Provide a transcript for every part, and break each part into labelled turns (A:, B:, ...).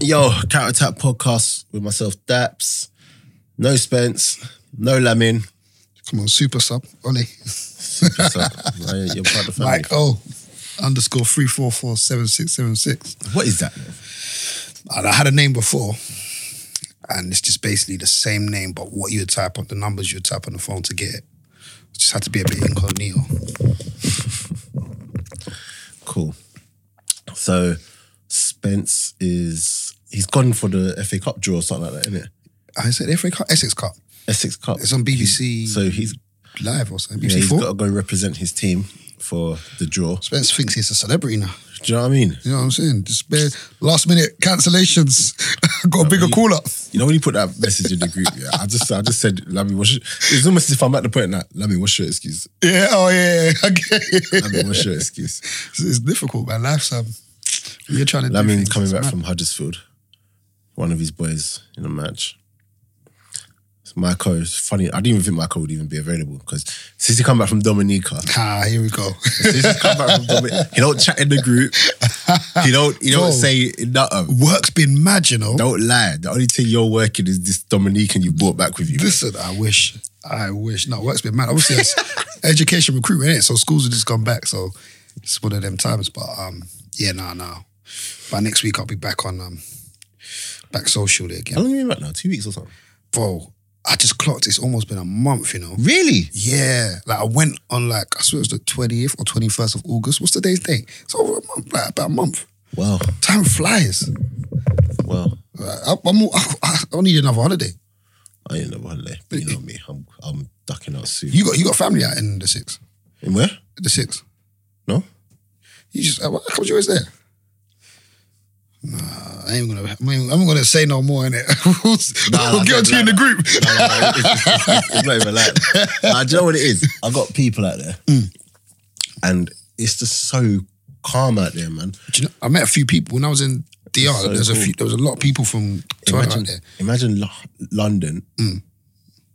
A: yo, Counter Attack podcast with myself, Daps. No Spence, no Lamin.
B: Come on, super sub, Ollie.
A: So, uh, you're part of the family.
B: Mike O underscore three four four seven six seven six.
A: What is that?
B: And I had a name before, and it's just basically the same name, but what you would type on the numbers you would type on the phone to get it. Just had to be a bit incognito.
A: Cool. So Spence is he's gone for the FA Cup draw or something like that, isn't it?
B: I said FA Cup, Essex Cup.
A: Essex Cup.
B: It's on BBC
A: So he's
B: Live or something.
A: yeah,
B: BBC
A: he's
B: Four.
A: got to go represent his team for the draw. Do
B: Spence thinks he's a celebrity now.
A: you know what I mean?
B: You know what I'm saying? Just bare last minute cancellations. got a bigger call up.
A: You know when you put that message in the group, yeah. I just I just said, Lammy, what's your it's almost as if I'm at the point that Lammy, what's your excuse?
B: Yeah, oh yeah, yeah. okay.
A: Lammy, what's your excuse?
B: It's, it's difficult, man. Life's um, when you're trying to. do
A: Lamin
B: things,
A: coming
B: it's
A: back
B: mad.
A: from Huddersfield, one of his boys in a match. So Michael, it's funny. I didn't even think Michael would even be available because since he come back from Dominica,
B: Ah, here we go.
A: since he come back from Dominica, he don't chat in the group. He don't. He don't
B: Bro.
A: say nothing.
B: Work's been mad, you know.
A: Don't lie. The only thing you're working is this Dominican you brought back with you.
B: Listen, I wish, I wish. No, work's been mad. Obviously, it's education recruitment, innit? So schools have just gone back. So it's one of them times. But um, yeah, nah, nah. By next week, I'll be back on um, back socially
A: How
B: again.
A: long have you been back now? Two weeks or something.
B: Bro, I just clocked. It's almost been a month, you know.
A: Really?
B: Yeah, like I went on like I swear it was the twentieth or twenty first of August. What's today's date? It's over a month, like about a month.
A: Wow.
B: Time flies.
A: Wow.
B: Like, I, I'm, all- I, I don't need another holiday.
A: I ain't never holiday, but you know me. I'm I'm ducking out soon.
B: You got you got family out in the six,
A: in where?
B: the six.
A: No.
B: You just uh, how come you always there? Nah, I ain't gonna. I am gonna say no more in it. we'll
A: Nah,
B: we'll
A: nah,
B: get
A: don't
B: to you in the
A: lie.
B: group.
A: No, no, no, it's, it's- it's- it's not even like that. Nah, do you know what it is? I've got people out there,
B: Mm.
A: and it's just so calm out there, man.
B: Do you know, I met a few people when I was in DR.
A: So
B: there was a
A: cool.
B: few. There was a lot of people from Toronto
A: Imagine,
B: out there
A: imagine Lo- London
B: Mm.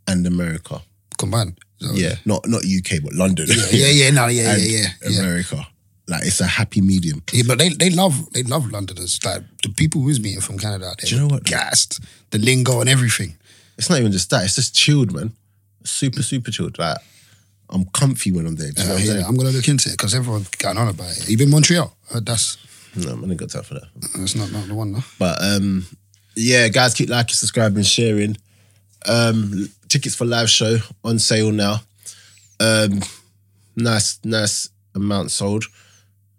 A: and America.
B: combined. So,
A: Yeah, not not UK, but London.
B: Oh, yeah, yeah, no, yeah, yeah,
A: and
B: yeah, yeah.
A: America. Like it's a happy medium.
B: Yeah, but they, they love they love Londoners. Like the people who's meeting from Canada out there.
A: Do you know what?
B: Gassed. The lingo and everything.
A: It's not even just that. It's just chilled, man. Super, super chilled. Like I'm comfy when I'm there. Do you know
B: Uh,
A: what I'm
B: yeah,
A: saying?
B: I'm gonna look into it because everyone's getting on about it. Even Montreal. Uh, that's
A: No, I ain't got time for that.
B: that's not, not the one. No.
A: But um, yeah, guys, keep liking, subscribing, sharing. Um, tickets for live show on sale now. Um, nice, nice amount sold.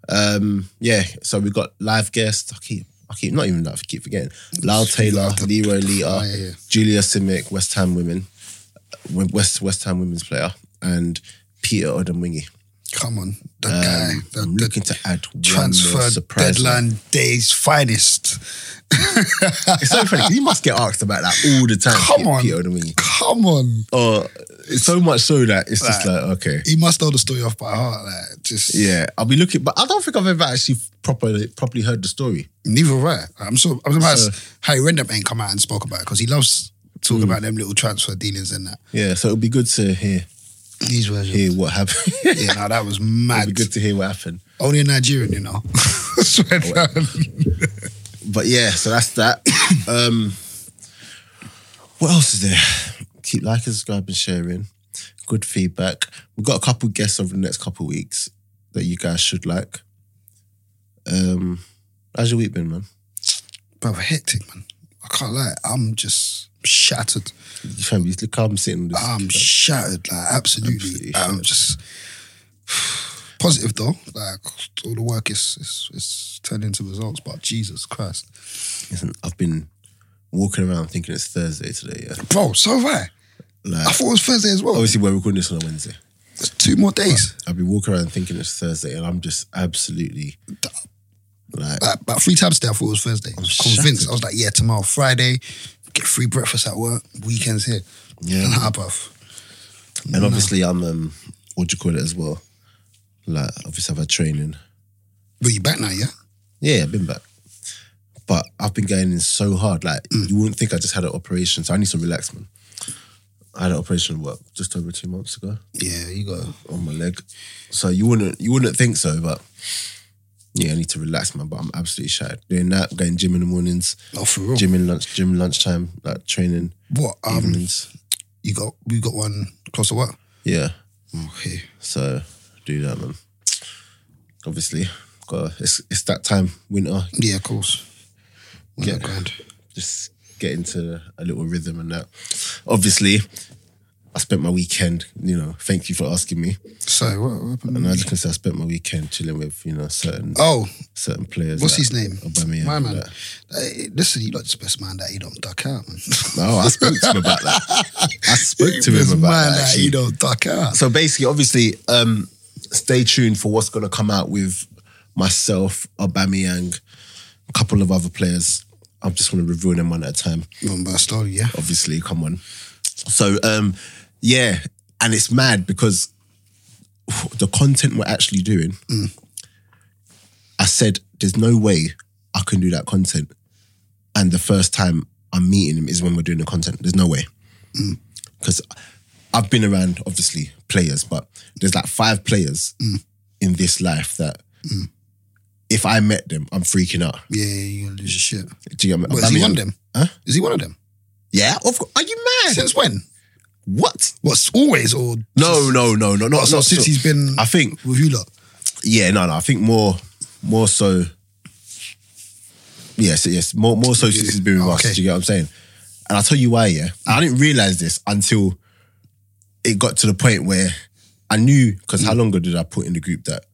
A: Um, yeah, so we got live guests. I keep, I keep not even that. I keep forgetting. Lau Taylor, Leroy Lita,
B: Oh, yeah, yeah.
A: Julia Simic, West Ham women, West West Ham women's player, and Peter Odemwingie.
B: Come on, that
A: Um,
B: guy. The,
A: I'm
B: the
A: looking to add one more
B: transfer
A: surprise. man.
B: deadline day's finest.
A: It's so funny. 'cause You must get asked about that all the time.
B: Come on.
A: Peter Odemwingie.
B: Come on.
A: Oh, it's so much so that it's just like okay,
B: He must know the story off by heart. Like just
A: yeah. I'll be looking, but I don't think I've ever actually properly properly heard the story.
B: Neither right. I'm so I'm surprised
A: So- Hmm.
B: Harry Rendap ain't come out and spoke about it because he loves talking about them little transfer dealings and that.
A: Yeah, so it'll be good to hear
B: These versions.
A: hear what happened. it'll
B: Yeah, no, that was mad.
A: be good Oh, to hear what happened.
B: Only a Nigerian, you know. Swear down.
A: But yeah, so that's that. um, what else is there? Keep liking, subscribing, sharing. Good feedback. We've got a couple guests over the next couple weeks that you guys should like. Um, how's your week been, man?
B: Bro, hectic, man. I can't lie. I'm just shattered.
A: You fam, you look how I'm sitting. on this-
B: I'm shattered, like absolutely.
A: Absolutely
B: I'm just positive though. Like all the work is is, is turned into results, but Jesus Christ,
A: Listen, I've been walking around thinking it's Thursday today. Yeah,
B: bro. So have I. I
A: like
B: thought it was Thursday as well.
A: obviously we're recording this on a Wednesday.
B: It's two more days,
A: I've been walking around thinking it's Thursday, and I'm just absolutely like
B: like about three times today. I thought it was Thursday. I was convinced. I was like, yeah, tomorrow Friday, get free breakfast at work. Weekends here.
A: Yeah.
B: nah, bruv.
A: And obviously, I'm um, what do you call it as well? Like, obviously, I've had training.
B: But you back now, yeah?
A: Yeah, I've been back, but I've been going in so hard. Like,
B: Mm.
A: you wouldn't think I just had an operation, so I need to relax, man. I had an operation what just over two months ago
B: Yeah, you got.
A: on my leg, so you wouldn't you wouldn't think so, but yeah, I need to relax, man. But I'm absolutely shattered. Doing that, going gym in the mornings,
B: Oh, for real.
A: gym in lunch, gym lunchtime, like training
B: What? Um,
A: evenings.
B: you got we got one close to what?
A: Yeah,
B: Okay.
A: so do that, man. Obviously, got it's it's that time winter.
B: Yeah, of course. Well,
A: Yeah.
B: grand.
A: Just get into a little rhythm and that. Obviously, I spent my weekend. You know, thank you for asking me.
B: So what, what happened?
A: And I just can say I spent my weekend chilling with you know certain
B: Oh,
A: certain players.
B: what's
A: like
B: his name?
A: Aubameyang
B: My
A: and
B: man.
A: that.
B: Hey, listen, you lot the best man that he don't duck out, man.
A: No, Oh, I spoke to him about that. I spoke to
B: Best
A: him about
B: man
A: that.
B: that
A: actually.
B: he don't duck out.
A: So basically, obviously, um, stay tuned for what's going to come out with myself, Aubameyang, a couple of other players. I'm just going to review them one at a time.
B: Remember that story, yeah.
A: Obviously, come on. So um, yeah, and it's mad because the content we're actually doing. I said, "There's no way I can do that content." And the first time I'm meeting him is when we're doing the content. There's no way Mm. because I've been around obviously players, but there's like five players in this life that if I met them, I'm freaking out.
B: Yeah, you're gonna lose your shit.
A: Do you get me?
B: But is he
A: Aubameyang-
B: one of them?
A: Huh?
B: Is he one of them?
A: Yeah, of course. Are you mad?
B: Since when?
A: What?
B: What's always or
A: No, no, no, no, not,
B: so
A: not
B: since he's been
A: I think
B: with you lot?
A: yeah, no, no. I think more, more so. Yes, yes, more, more so since he's been with
B: Okay.
A: us. Do you get what I'm saying? And I'll tell you why. Yeah, I didn't realize this until it got to the point where I knew because how long ago did I put in the group that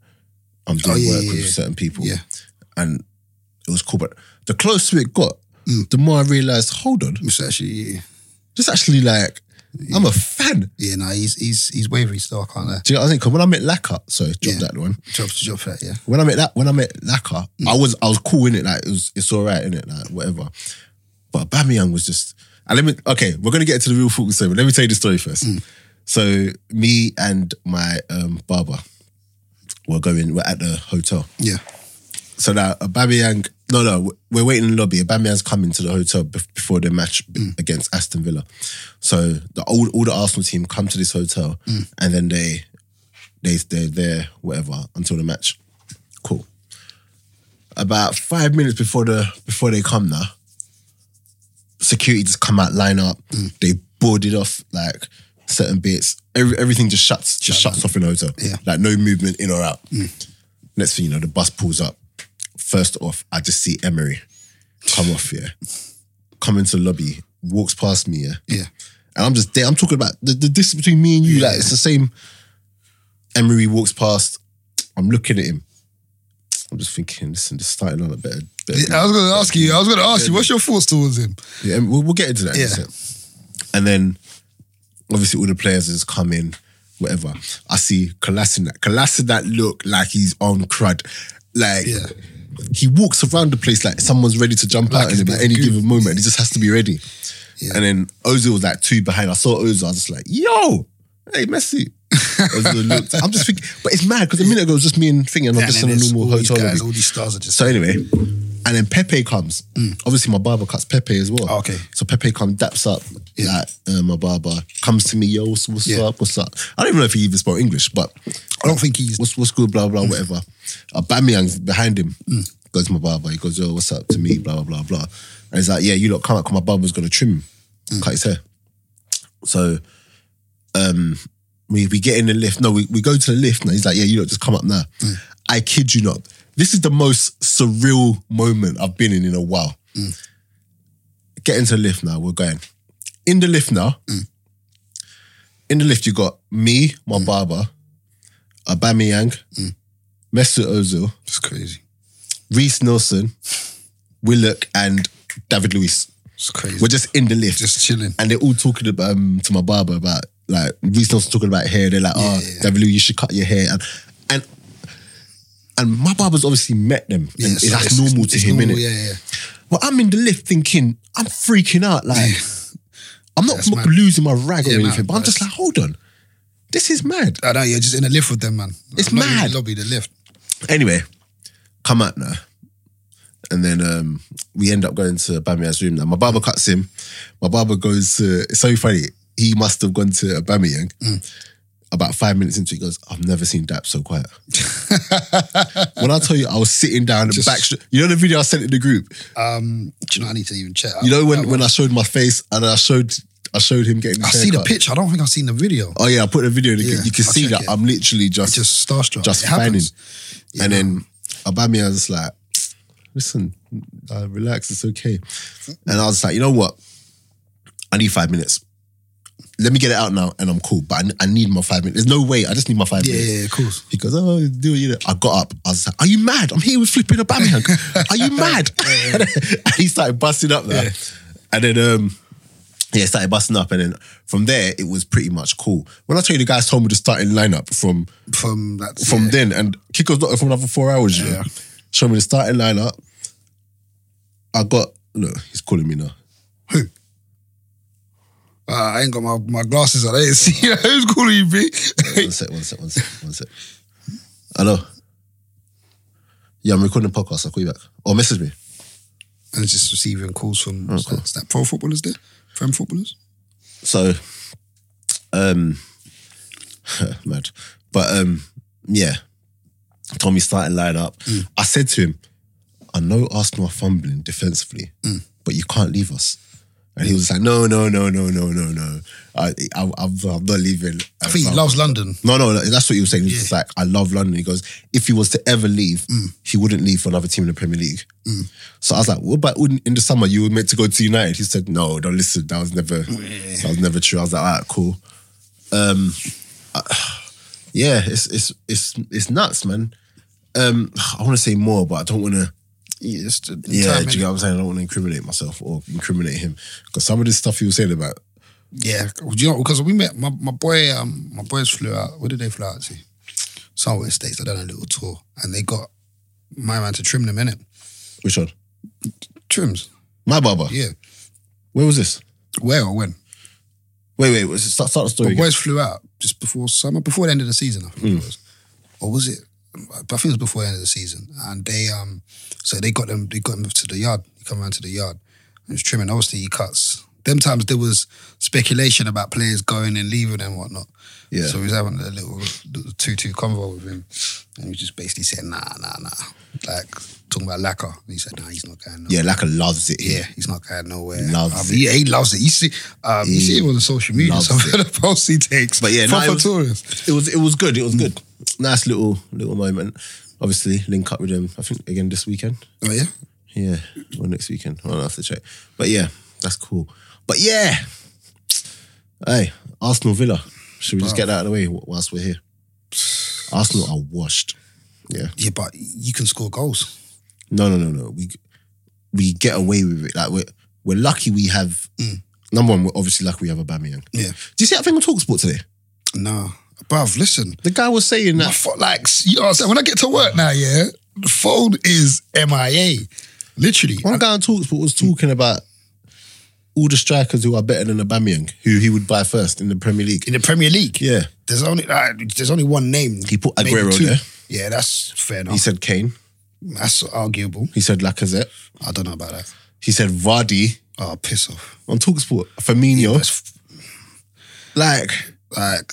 A: I'm doing
B: Mm. Oh, yeah,
A: work
B: yeah,
A: with
B: yeah.
A: certain people?
B: Yeah.
A: and it was cool. But the closer it got,
B: Mm.
A: the more I realized. Hold on,
B: It's actually yeah.
A: just actually like I'm a fan.
B: Yeah, no, he's he's he's wavery still, I can't uh, lie.
A: Do you know what I think? Because when I met Laka, so drop
B: Yeah.
A: that one.
B: Job to job fair, yeah.
A: when I met that when I met Laka, I was I was cool in it. Like it was it's all right in it. Like whatever. But Bamiyang was just. And let me okay. We're gonna get into the real football story, but let me tell you the story first. So me and my um, barber were going. We're at the hotel.
B: Yeah.
A: So now Aubameyang, no, no, we're waiting in the lobby. Aubameyang's coming to the hotel bef- before the match b-
B: Mm.
A: against Aston Villa. So the all, all the Arsenal team come to this hotel,
B: Mm.
A: and then they they they're there whatever until the match. Cool. About five minutes before the before they come now, security just come out, line up.
B: Mm.
A: They boarded off like certain bits. Every, everything just shuts just
B: Shut
A: shuts off in the hotel.
B: Yeah. Mm.
A: Like no movement in or out. Next thing you know, the bus pulls up. First off, I just see Emery come off here, come into the lobby, walks past me here.
B: Yeah.
A: And I'm just there. I'm talking about the, the distance between me and you. Like, it's the same. Emery walks past. I'm looking at him. I'm just thinking, listen, this is starting on a better. better
B: Yeah, I was gonna ask you, I was gonna ask you, what's your thoughts towards him?
A: yeah, and we'll, we'll get into that. in a
B: Yeah.
A: sec. And then obviously all the players just come in, whatever. I see Kolasinac. Kolasinac look like he's on crud. Like
B: Yeah.
A: he walks around the place like someone's ready to jump out at
B: he's
A: him at
B: been
A: any
B: goofed.
A: given moment. He just has to be ready. And then Ozil was like two behind. I saw Ozil. I was just like, yo, hey, Messi. Ozil looked. I'm just thinking, but it's mad because a minute ago it was just me and thinking, I'm just in a normal hotel lobby.
B: all these stars are just
A: So anyway, and then Pepe comes. Obviously, my barber cuts Pepe as well.
B: Mm. Okay.
A: So Pepe comes, daps up, like uh, my barber comes to me, yo, what's, what's
B: Yeah.
A: up, what's up? I don't even know if he even spoke English, but
B: I don't think he's
A: what's what's good, blah blah, whatever. Aubameyang's behind him. Goes to my barber. He goes, yo, what's up to me, blah blah blah blah. And he's like, yeah, you lot come out, 'cause my barber's gonna trim him, cut his hair. So, um, we we get in the lift. No, we, we go to the lift. And he's like, yeah, you lot just come up now. I kid you not. This is the most surreal moment I've been in in a while. Get into the lift now. We're going in the lift now. In the lift, you got me, my barber, Aubameyang,
B: Hmm.
A: Mesut Ozil,
B: it's crazy.
A: Reese Nelson, Willock, and David Luiz.
B: It's crazy.
A: We're just in the lift,
B: just chilling.
A: and they're all talking about, um, to my barber about like Reese Nelson talking about hair. They're like, "Oh,
B: Yeah, yeah.
A: David Luiz, you should cut your hair," and and and my barber's obviously met them, and
B: Yeah, so
A: that's
B: it's-
A: normal
B: it's-
A: to
B: it's
A: him,
B: normal,
A: innit?
B: Yeah, yeah.
A: Well, I'm in the lift thinking, I'm freaking out. Like, I'm not
B: That's mad.
A: losing my rag
B: Yeah,
A: or
B: nah,
A: anything, but I'm
B: but
A: just like, hold on, this is mad.
B: I know you're just in a lift with them, man.
A: It's
B: Not even
A: mad.
B: the Lobby the lift.
A: Anyway, come out now. And then um, we end up going to Aubameyang's room now. My barber cuts
B: Mm.
A: him. My barber goes to, it's so funny, he must have gone to Aubameyang. about five minutes into it, he goes, I've never seen Dap so quiet. when I tell you I was sitting down in the
B: Just-
A: back str- you know the video I sent in the group?
B: Um, do you know I need to even check?
A: You know when, when I showed my face and I showed I showed him getting
B: I
A: his
B: see the
A: haircut?
B: picture. I don't think I've seen the video.
A: Oh yeah, I put a video in the
B: Yeah,
A: group. You can
B: I'll
A: see
B: check
A: that
B: it.
A: I'm literally just
B: Just starstruck.
A: just
B: It
A: fanning.
B: happens. Yeah.
A: And then Aubameyang's just like, listen, uh, relax, it's okay. And I was like, you know what? I need five minutes. Let me get it out now, and I'm cool. But I, I need my five minutes. There's no way. I just need my five
B: Yeah,
A: minutes.
B: yeah, yeah, of course.
A: He goes, oh, do you know? I got up. I was like, are you mad? I'm here with flipping Aubameyang. are you mad? and he started busting up there. And then, um, yeah, started busting up. And then from there, it was pretty much cool. When I tell you the guys told me the starting lineup from
B: From that.
A: from
B: yeah.
A: then, and Kiko's not for another four hours, you know. Show me the starting lineup. I got, look, he's calling me now.
B: Uh, I ain't got my, my glasses on. I didn't see who's calling you, E B.
A: One sec, one sec, one sec, one sec. Hello. Yeah, I'm recording a podcast. I'll call you back. Or message me.
B: and it's just receiving calls from
A: Oh,
B: what's
A: cool.
B: that, is that pro footballers there, prem footballers.
A: So, um, mad, but um, yeah, Tommy starting line up. I said to him, "I know Arsenal are fumbling defensively, but you can't leave us." And he was like, "No, no, no, no, no, no, no. I, I I'm, I'm not leaving."
B: I think he loves London.
A: No, no, that's what he was saying. He was just like, I love London. He goes, if he was to ever leave, he wouldn't leave for another team in the Premier League. So I was like, what about in, in the summer you were meant to go to United? He said, no, don't listen. That was never, that was never true. I was like, all right, cool. Um, I- yeah, it's it's it's it's nuts, man. Um, I want to say more, but I don't want to.
B: Yeah, it's the- the
A: Yeah, do
B: time,
A: you
B: innit?
A: get what I'm saying? I don't want to incriminate myself or incriminate him because some of the stuff he was saying about
B: yeah. Do you know because we met my, my boy. Um, my boys flew out. Where did they fly out to? Somewhere in the states. I done a little tour, and they got my man to trim them in it.
A: which one?
B: Trims,
A: My barber.
B: yeah.
A: Where was this?
B: Where or when?
A: Wait, wait. was- Start, start the story.
B: My
A: again. Hmm.
B: boys flew out just before summer, before the end of the season. I think it was, or was it? I think it was before the end of the season. And they um, so they got them. They got them to the yard. He come around to the yard. And was trimming. Obviously, he cuts. Them times there was speculation about players going and leaving and whatnot.
A: Yeah.
B: So we was having a little, little two-two convo with him, and he was just basically saying, "Nah, nah, nah," like talking about Laka. And he said, "Nah, he's not going." nowhere.
A: Yeah, Laka loves it.
B: Yeah, he's not going nowhere.
A: Loves
B: I mean, yeah, he loves it. You see, um, you see him on the social media.
A: loves
B: Some of the posts he takes,
A: But yeah, no,
B: proper
A: it was-
B: tourists.
A: It was it was good. It was good. Nice little little moment. Obviously, link up with him. I think again this weekend.
B: Oh yeah,
A: Yeah, or next weekend. I'll have to check. But yeah, that's cool. But yeah, hey, Arsenal Villa. Should we just get that out of the way wh- whilst we're here? Arsenal are washed. Yeah.
B: yeah, but you can score goals.
A: No, no, no, no. We we get away with it. Like we're we're lucky we have. Number one, we're obviously lucky we have a Bamiyang.
B: Yeah,
A: Do you see that thing on Talksport today?
B: nah, bruv, listen,
A: The guy was saying
B: I
A: that.
B: thought, like you know, what I'm saying when I get to work now, yeah, the phone is MIA, literally.
A: One guy on Talksport was talking about all the strikers who are better than Aubameyang, who he would buy first in the Premier League.
B: In the Premier League,
A: Yeah,
B: there's only like, there's only one name.
A: He put
B: maybe
A: Aguero
B: two.
A: there.
B: Yeah, that's fair
A: he
B: enough.
A: said Kane.
B: That's arguable.
A: He said Lacazette.
B: I don't know about that.
A: He said Vardy
B: Oh, piss off.
A: on Talksport. Firmino.
B: That's
A: like,
B: like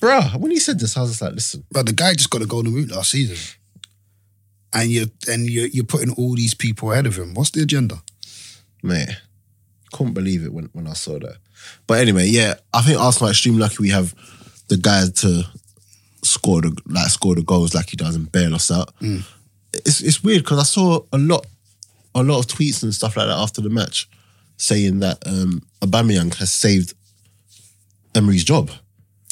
A: bruh, when he said this, I was just like, listen,
B: But the guy just got a golden boot last season, and you're and you're, you're putting all these people ahead of him. What's the agenda?
A: mate, couldn't believe it when, when I saw that. But anyway, yeah, I think Arsenal are extremely lucky we have the guy to score the like score the goals like he does and bail us out. It's it's weird because I saw a lot a lot of tweets and stuff like that after the match saying that um Aubameyang has saved Emery's job.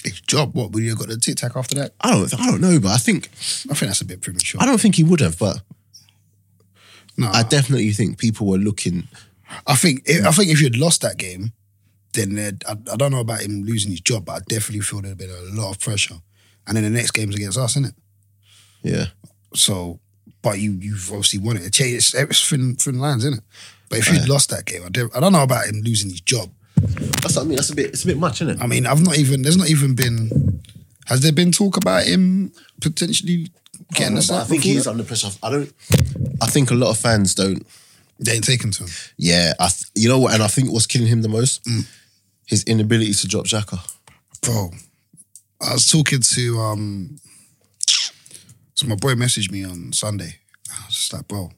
B: His job. What? Would you have got the tic tac after that?
A: I don't I don't know, but I think
B: I think that's a bit premature.
A: I don't think he would have, but
B: No,
A: I
B: I,
A: definitely think people were looking
B: think I think if you'd lost that game, then there'd- I, I don't know about him losing his job, but I definitely feel there'd been a lot of pressure. And then the next game's against us, isn't it?
A: yeah.
B: So, but you you've obviously won it. It changes it's thin, thin lines, isn't it? But if you'd lost that game, I, don't- I don't know about him losing his job.
A: That's what I mean. That's a bit it's a bit much, isn't it?
B: I mean, I've not even. There's not even been. Has there been talk about him potentially getting us
A: But Oh, I
B: out?
A: think he is under pressure. I don't. I think a lot of fans don't.
B: They ain't taken to him.
A: Yeah, I th- you know what?
B: Mm.
A: And I think what's killing him the most, his inability to drop Xhaka.
B: bro. I was talking to um so my boy messaged me on Sunday. I was just like, bro,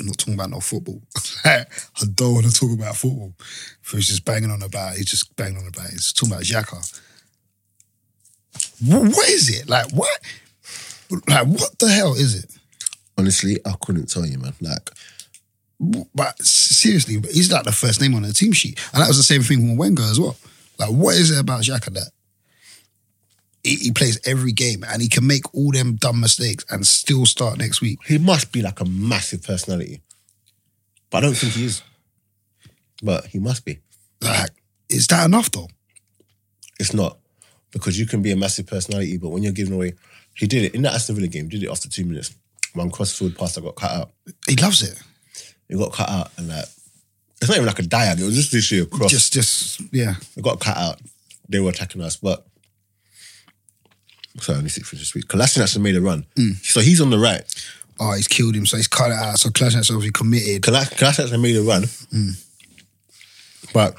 B: I'm not talking about no football. I don't want to talk about football. He was just banging on about he's just banging on about he's talking about Xhaka. Wh- what is it? Like what? Like what the hell is it?
A: Honestly, I couldn't tell you, man. Like,
B: But seriously, he's like the first name on the team sheet. And that was the same thing with Wenger as well. Like, what is it about Xhaka that he, he plays every game and he can make all them dumb mistakes and still start next week?
A: he must be like a massive personality, but I don't think he is. But he must be.
B: Like, is that enough though?
A: It's not because you can be a massive personality, but when you're giving away, he did it in that Aston Villa game. Did it after two minutes. One crossfield pass that got cut out.
B: He loves it.
A: It got cut out, and like it's not even like a diag. It was just literally a cross.
B: Just, just, yeah.
A: It got cut out. They were attacking us, but sorry, only six for this week. Kolasinac made a run, so he's on the right.
B: Oh, he's killed him, so he's cut it out. So Clash himself, he committed.
A: Kalas- Kolasinac made a run, but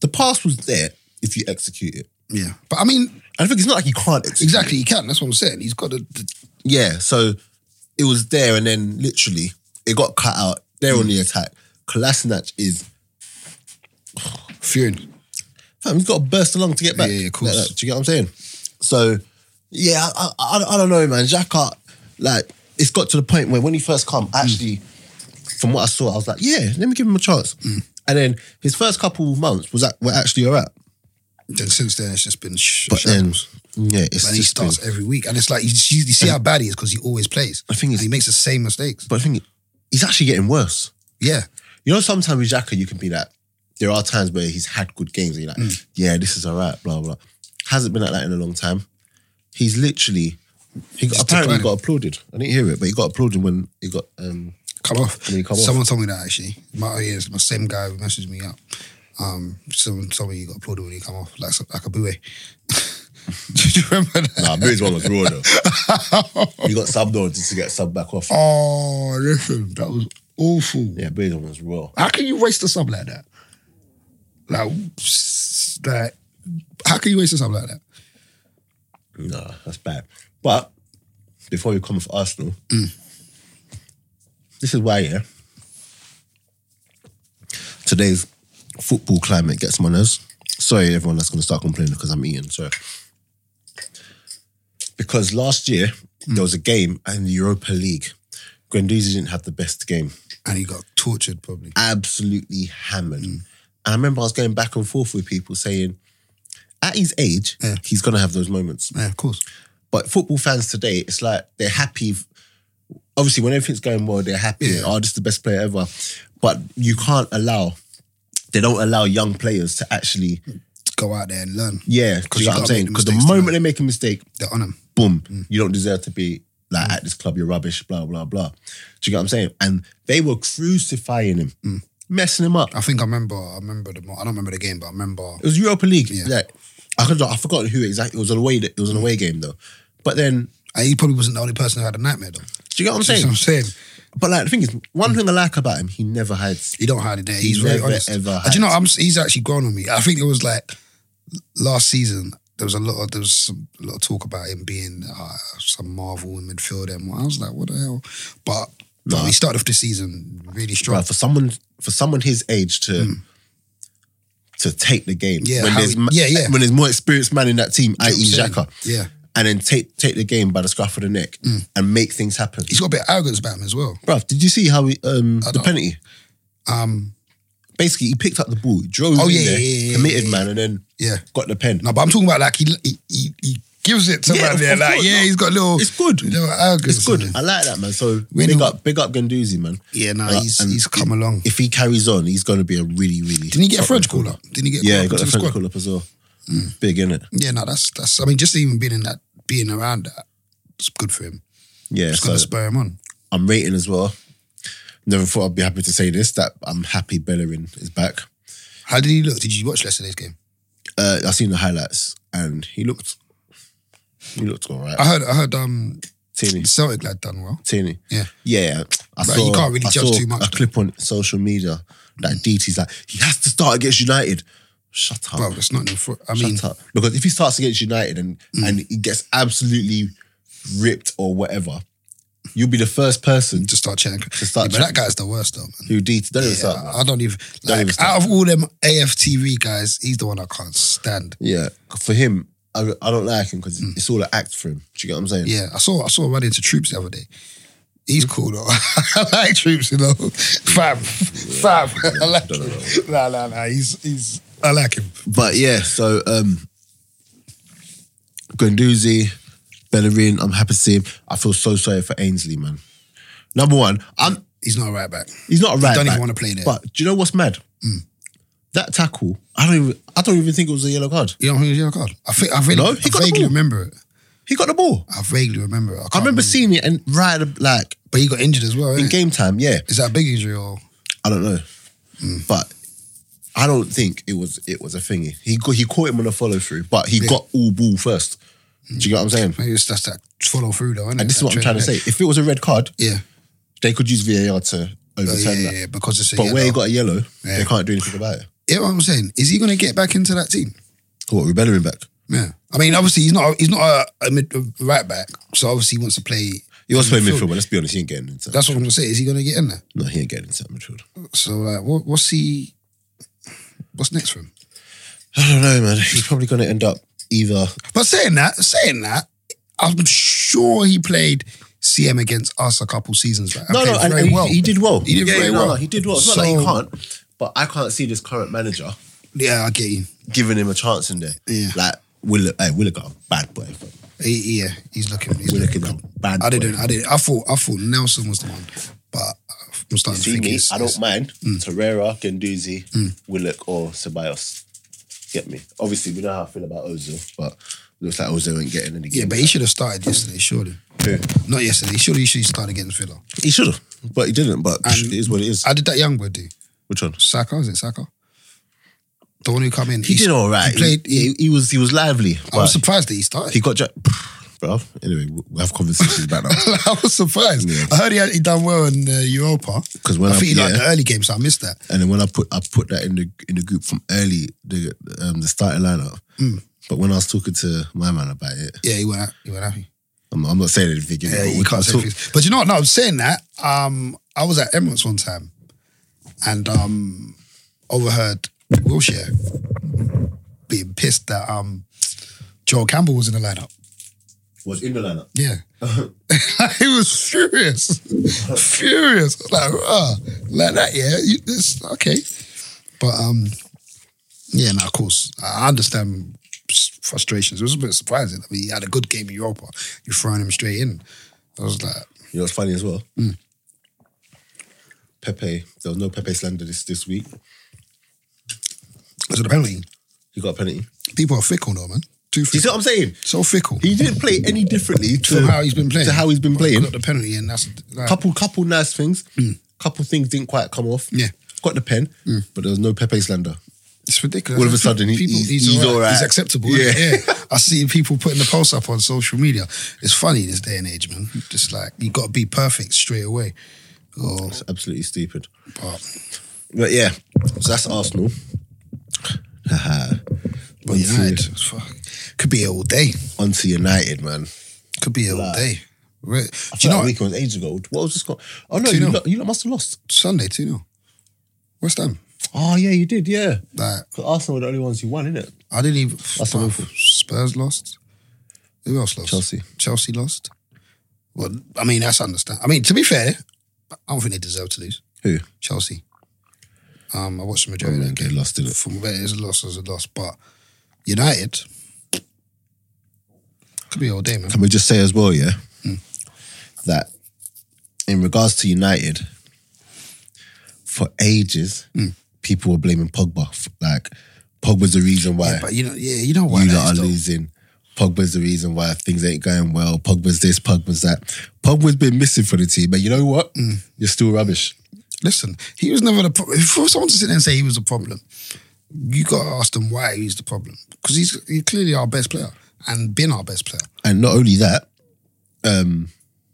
A: the pass was there if you execute it.
B: Yeah. But I mean,
A: I think it's not like you can't execute.
B: exactly, he can. That's what I'm saying. He's got the, the
A: Yeah, so it was there, and then literally it got cut out. They're on the attack. Kolasinac is
B: fearing.
A: fam, he's got to burst along to get back.
B: Yeah, yeah, of course.
A: Like that, do you get what I'm saying? So, yeah, I, I, I don't know, man. Xhaka, like, it's got to the point where when he first come, actually, from what I saw, I was like, yeah, let me give him a chance.
B: Mm.
A: And then his first couple of months was that were actually all right.
B: Then since then, it's just been sh-
A: But then, yeah, it's
B: and he
A: just been-
B: starts every week. And it's like you, see- you see how bad he is because he always plays.
A: I think
B: and
A: it's-
B: he makes the same mistakes.
A: But I think he's actually getting worse.
B: Yeah,
A: You know, sometimes with Xhaka, you can be like, there are times where he's had good games and you're like, yeah, this is all right, blah, blah. Hasn't been like that in a long time. He's literally, he got, apparently he
B: declining.
A: got applauded. I didn't hear it, but he got applauded when he got, um,
B: come off.
A: And he come off.
B: Someone told me that actually. My oh, yeah, it's my same guy who messaged me up. Um, someone told me you got applauded when you come off like like a buoy. Do you remember that?
A: nah, Moody's one Ah, was raw though. he got subbed on just to get subbed back off.
B: Oh, listen, that was awful.
A: Yeah, Moody's one was raw.
B: How can you waste a sub like that? Like, s- like, how can you waste a sub like that?
A: Nah, that's bad. But before we come off Arsenal, this is why, yeah, today's football climate gets on my nerves. Sorry, everyone that's going to start complaining because I'm eating. Sorry. Because last year, there was a game in the Europa League. Guendouzi didn't have the best game
B: And he got tortured probably.
A: absolutely hammered. And I remember I was going back and forth with people saying, at his age,
B: Yeah.
A: he's going to have those moments.
B: Yeah, of course.
A: But football fans today, it's like they're happy. Obviously, when everything's going well, they're happy.
B: Yeah.
A: Oh, this is the best player ever. But you can't allow, they don't allow young players to actually,
B: Go out there and learn.
A: yeah, because
B: you
A: you know what I'm
B: gotta make
A: saying?
B: the
A: Because the
B: mistakes Mm. to
A: moment they make a mistake,
B: They're on him.
A: boom, you don't deserve to be like at this club, you're rubbish, blah, blah, blah. Do you get what I'm saying? And they were crucifying him,
B: Mm.
A: messing him up.
B: I think I remember. I remember the. mo- I don't remember the game, but I remember. uh,
A: It was Europa League.
B: Yeah.
A: Like, I could, I forgot who exactly. It was an away. It was an away game though. But then,
B: and he probably wasn't the only person who had a nightmare though.
A: do you get what I'm
B: That's what
A: saying?
B: I'm saying.
A: But like the thing is, one thing I like about him, he never hides.
B: He don't hide it there. He's very
A: never,
B: honest.
A: ever
B: And do you know, I'm, he's actually grown on me. I think it was like last season. There was a lot of there was some, a lot of talk about him being uh, some Marvel in midfield. And I was like, what the hell? But, but he started off the season really strong.
A: Bruh, for someone for someone his age to to take the game
B: Hmm. Yeah,
A: when
B: how
A: there's
B: he-
A: ma-
B: yeah, yeah.
A: when there's more experienced man in that team, i.e. E Xhaka,
B: Yeah.
A: and then take take the game by the scruff of the neck
B: Hmm.
A: and make things happen.
B: He's got a bit of arrogance about him as well.
A: Bruv, did you see how he, um, the
B: don't-
A: penalty?
B: Um,
A: Basically, he picked up the ball, drove
B: Oh,
A: in
B: yeah,
A: there,
B: yeah, yeah, yeah,
A: committed
B: yeah.
A: man, and then
B: yeah.
A: got the pen.
B: No, but I'm talking about like he he, he, he gives it to
A: Yeah,
B: yeah,
A: of-
B: there.
A: of
B: Like
A: course,
B: yeah,
A: no.
B: he's got a little.
A: It's good.
B: Little arrogance.
A: It's good.
B: in him.
A: I like that man. So
B: We
A: big
B: know-
A: up, big up Ganduzi, man.
B: Yeah, no,
A: Like,
B: he's
A: and
B: he's come along.
A: If he carries on, he's going to be a really, really.
B: Didn't he get a French call up? Didn't he get?
A: Yeah, he
B: called up
A: got a
B: into
A: French
B: squad? Mm.
A: call up as well. Big in it.
B: Yeah, no, that's that's. I mean, just even being in that, being around that, it's good for him.
A: Yeah,
B: It's gonna
A: so
B: spur him on.
A: I'm rating as well. Never thought I'd be happy to say this. That I'm happy Bellerin is back.
B: How did he look? Did you watch yesterday's game?
A: Uh, I've seen the highlights and he looked, he looked all right.
B: I heard, I heard, um,
A: Teeny,
B: the Celtic lad done well.
A: teeny.
B: Yeah,
A: Yeah, I
B: But
A: saw.
B: you can't really
A: I
B: judge
A: saw
B: too much, Mm.
A: A
B: though.
A: clip on social media that DT's like he has to start against United. Shut up.
B: Bro, that's not in front. I mean, Mm.
A: Shut up. Because if he starts against United and, and he gets absolutely ripped or whatever, you'll be the first person
B: just start chatting.
A: start
B: yeah, but that guy's the worst though, man.
A: who deeds. Don't even
B: Yeah,
A: start. man.
B: I don't even. Like,
A: even start.
B: out of all them AFTV guys, he's the one I can't stand.
A: Yeah. For him, I, I don't like him because it's all an act for him. Do you get what I'm saying?
B: Mm. Yeah, I saw I saw him run into Troops the other day. He's
A: Hmm?
B: cool though. I like Troops, you know. Fab, fab. I like
A: don't know.
B: him. Nah, nah, nah. He's he's. I like him.
A: But yeah, so um Granduzi, Bellerin, I'm happy to see him. I feel so sorry for Ainsley, man. Number one, I'm
B: He's not a right back.
A: he's not a right
B: don't even
A: back,
B: wanna play there. Mm.
A: But do you know what's mad? That tackle, I don't even I don't even think it was a yellow card.
B: You know who's yellow card? I think I vaguely,
A: No, he
B: I
A: got the
B: vaguely
A: ball.
B: remember it.
A: He got the ball.
B: I vaguely remember it. I, can't
A: I remember seeing it and right like
B: but he got injured as well.
A: in
B: innit?
A: game time, yeah.
B: Is that a big injury or?
A: I don't know. But I don't think it was it was a thingy. He got, he caught him on a follow through, but he got all ball first. Do you get what I'm saying?
B: Maybe it's just that follow through though.
A: And this is what I'm trying to say. If it was a red card,
B: Yeah.
A: they could use VAR to
B: Oh,
A: overturn
B: yeah, yeah,
A: that.
B: yeah, because it's a
A: But where he
B: yellow.
A: got a yellow,
B: Yeah.
A: they can't do anything about it.
B: You know what I'm saying? Is he going to get back into that team?
A: What, we're better in back?
B: Yeah. I mean, obviously he's not he's not a, a, mid, a right back, so obviously he wants to play.
A: He was playing midfield,
B: midfield.
A: but let's be honest, he ain't getting into
B: That's what I'm going to say. Is he going to get in there?
A: No, he ain't getting into midfield.
B: So like, what, what's he? What's next for him?
A: I don't know, man. He's probably going to end up either.
B: But saying that, saying that, I'm sure he played CM against us a couple seasons back. and
A: No,
B: played
A: no, and,
B: very
A: and he-
B: well.
A: he, did well.
B: He did
A: Yeah,
B: very
A: no,
B: well.
A: No, he did well. It's not like
B: So-
A: he can't, but I can't see this current manager
B: Yeah, I get you.
A: giving him a chance in there.
B: Yeah.
A: Like, Will, hey, Will got a bad boy.
B: He, yeah, he's looking. He's
A: Will
B: looking
A: got a bad boy.
B: I didn't. I didn't. I thought. I thought Nelson was the one, but I'm starting to
A: See
B: think
A: me,
B: it's, Mm.
A: I don't
B: it's-
A: mind Torreira, Ganduzi, Willock, or Ceballos. Get me. Obviously, we know how I feel about Ozil, but looks like Ozil ain't getting any.
B: Yeah, but he should have started yesterday. Surely, not yesterday. Surely he should start against Villa.
A: he should have, but he didn't. But it is what it is.
B: I did that young boy do.
A: Which one?
B: Saka is it Saka? The one who come in.
A: He did all right.
B: He played.
A: He, he, he was he was lively.
B: I was
A: but
B: surprised that he started.
A: he got ja- bro. Anyway, we'll, we'll have conversations about that
B: I was surprised. I heard he, had, he done well in uh, Europa.
A: 'Cause when
B: I
A: I-
B: think he liked
A: yeah.
B: the early game, so I missed that.
A: And then when I put I put that in the in the group from early the um, the starting lineup.
B: Hmm.
A: But when I was talking to my man about it,
B: Yeah, he went. out- He went happy.
A: I'm, I'm not saying anything.
B: Yeah,
A: but
B: you
A: we
B: can't
A: I
B: say
A: talk-
B: things. But you know what? No, I'm saying that. Um, I was at Emirates one time, and um, overheard Wilshire being pissed that um, Joel Campbell was in the lineup.
A: Was in the lineup.
B: Yeah.
A: Uh-huh.
B: he was furious, furious. I was Like, ah, like that, yeah. You, it's, okay, but um, yeah. Now, of course, I understand s- frustrations. It was a bit surprising. I mean, he had a good game in Europa. You're throwing him straight in. I was like,
A: You know what's funny as well?
B: Hmm.
A: Pepe, there was no Pepe slander this, this week.
B: Because of the penalty.
A: He got a penalty.
B: People are fickle though, man.
A: Do
B: Too
A: you see
B: fickle.
A: what I'm saying?
B: So fickle.
A: He didn't play any differently to
B: From how he's been playing. Hmm.
A: To how he's been playing.
B: got the penalty and that's like,
A: Couple, couple nice things. Couple things didn't quite come off.
B: Hmm. Yeah. Hmm.
A: Got the pen, but there was no Pepe slander.
B: it's ridiculous.
A: All of a sudden, he- he's- he's
B: alright.
A: all right.
B: He's acceptable.
A: Yeah.
B: Yeah. yeah. I see people putting the pulse up on social media. It's funny this day and age, man. Just like you got to be perfect straight away. Or
A: It's absolutely stupid.
B: but,
A: But yeah, so that's Arsenal. Haha.
B: but United, fuck, could be all day.
A: on to United, man.
B: Could be all
A: Like-
B: day. Re-
A: I
B: Do you know
A: like
B: what?
A: week was ages ago. What was the score? Oh no,
B: Two
A: you,
B: nil.
A: lot, you lot must have lost.
B: Sunday too. No, West Ham.
A: Oh yeah, you did. Yeah,
B: Like
A: 'Cause Arsenal were the only ones who won, innit?
B: I didn't even.
A: not awful.
B: Spurs lost. Who else lost?
A: Chelsea.
B: Chelsea lost. Well, I mean that's understand. I mean to be fair, I don't think they deserve to lose.
A: Who?
B: Chelsea. Um, I watched the majority of that
A: Oh, They
B: game.
A: lost, didn't it?
B: From where it is a loss is a loss, but United could be all day, man.
A: Can we just say as well, yeah,
B: Hmm.
A: that in regards to United, for ages,
B: Hmm.
A: people were blaming Pogba. F- Like, Pogba's the reason why
B: But you know, yeah, you know why
A: you
B: that
A: lot
B: is,
A: are
B: though.
A: losing. Pogba's the reason why things ain't going well. Pogba's this, Pogba's that. Pogba's been missing for the team, but you know what?
B: Mm.
A: You're still rubbish.
B: Listen, he was never the problem. For someone to sit there and say he was the problem, you got to ask them why he's the problem because he's, he's clearly our best player and been our best player.
A: And not only that,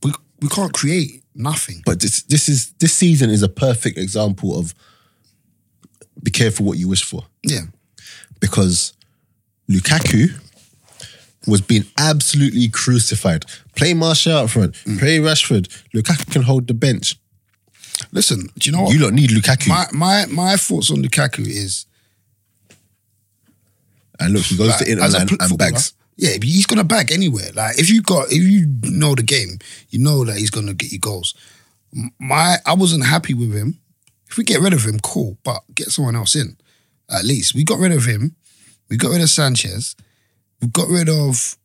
B: we we can't create nothing.
A: but this this is this season is a perfect example of be careful what you wish for.
B: Yeah,
A: because Lukaku was being absolutely crucified. Play Martial out front,
B: Mm.
A: play Rashford. Lukaku can hold the bench.
B: Listen, do you know what?
A: You lot need Lukaku.
B: my my my thoughts on Lukaku is
A: and look, he goes
B: like,
A: to Inter
B: as a
A: Milan
B: pl-
A: and
B: footballer,
A: bags.
B: Yeah, but he's gonna bag anywhere. Like if you got if you know the game, you know that he's gonna get you goals. M- My I wasn't happy with him. If we get rid of him, cool, but get someone else in. At least we got rid of him. We got rid of Sanchez. We got rid of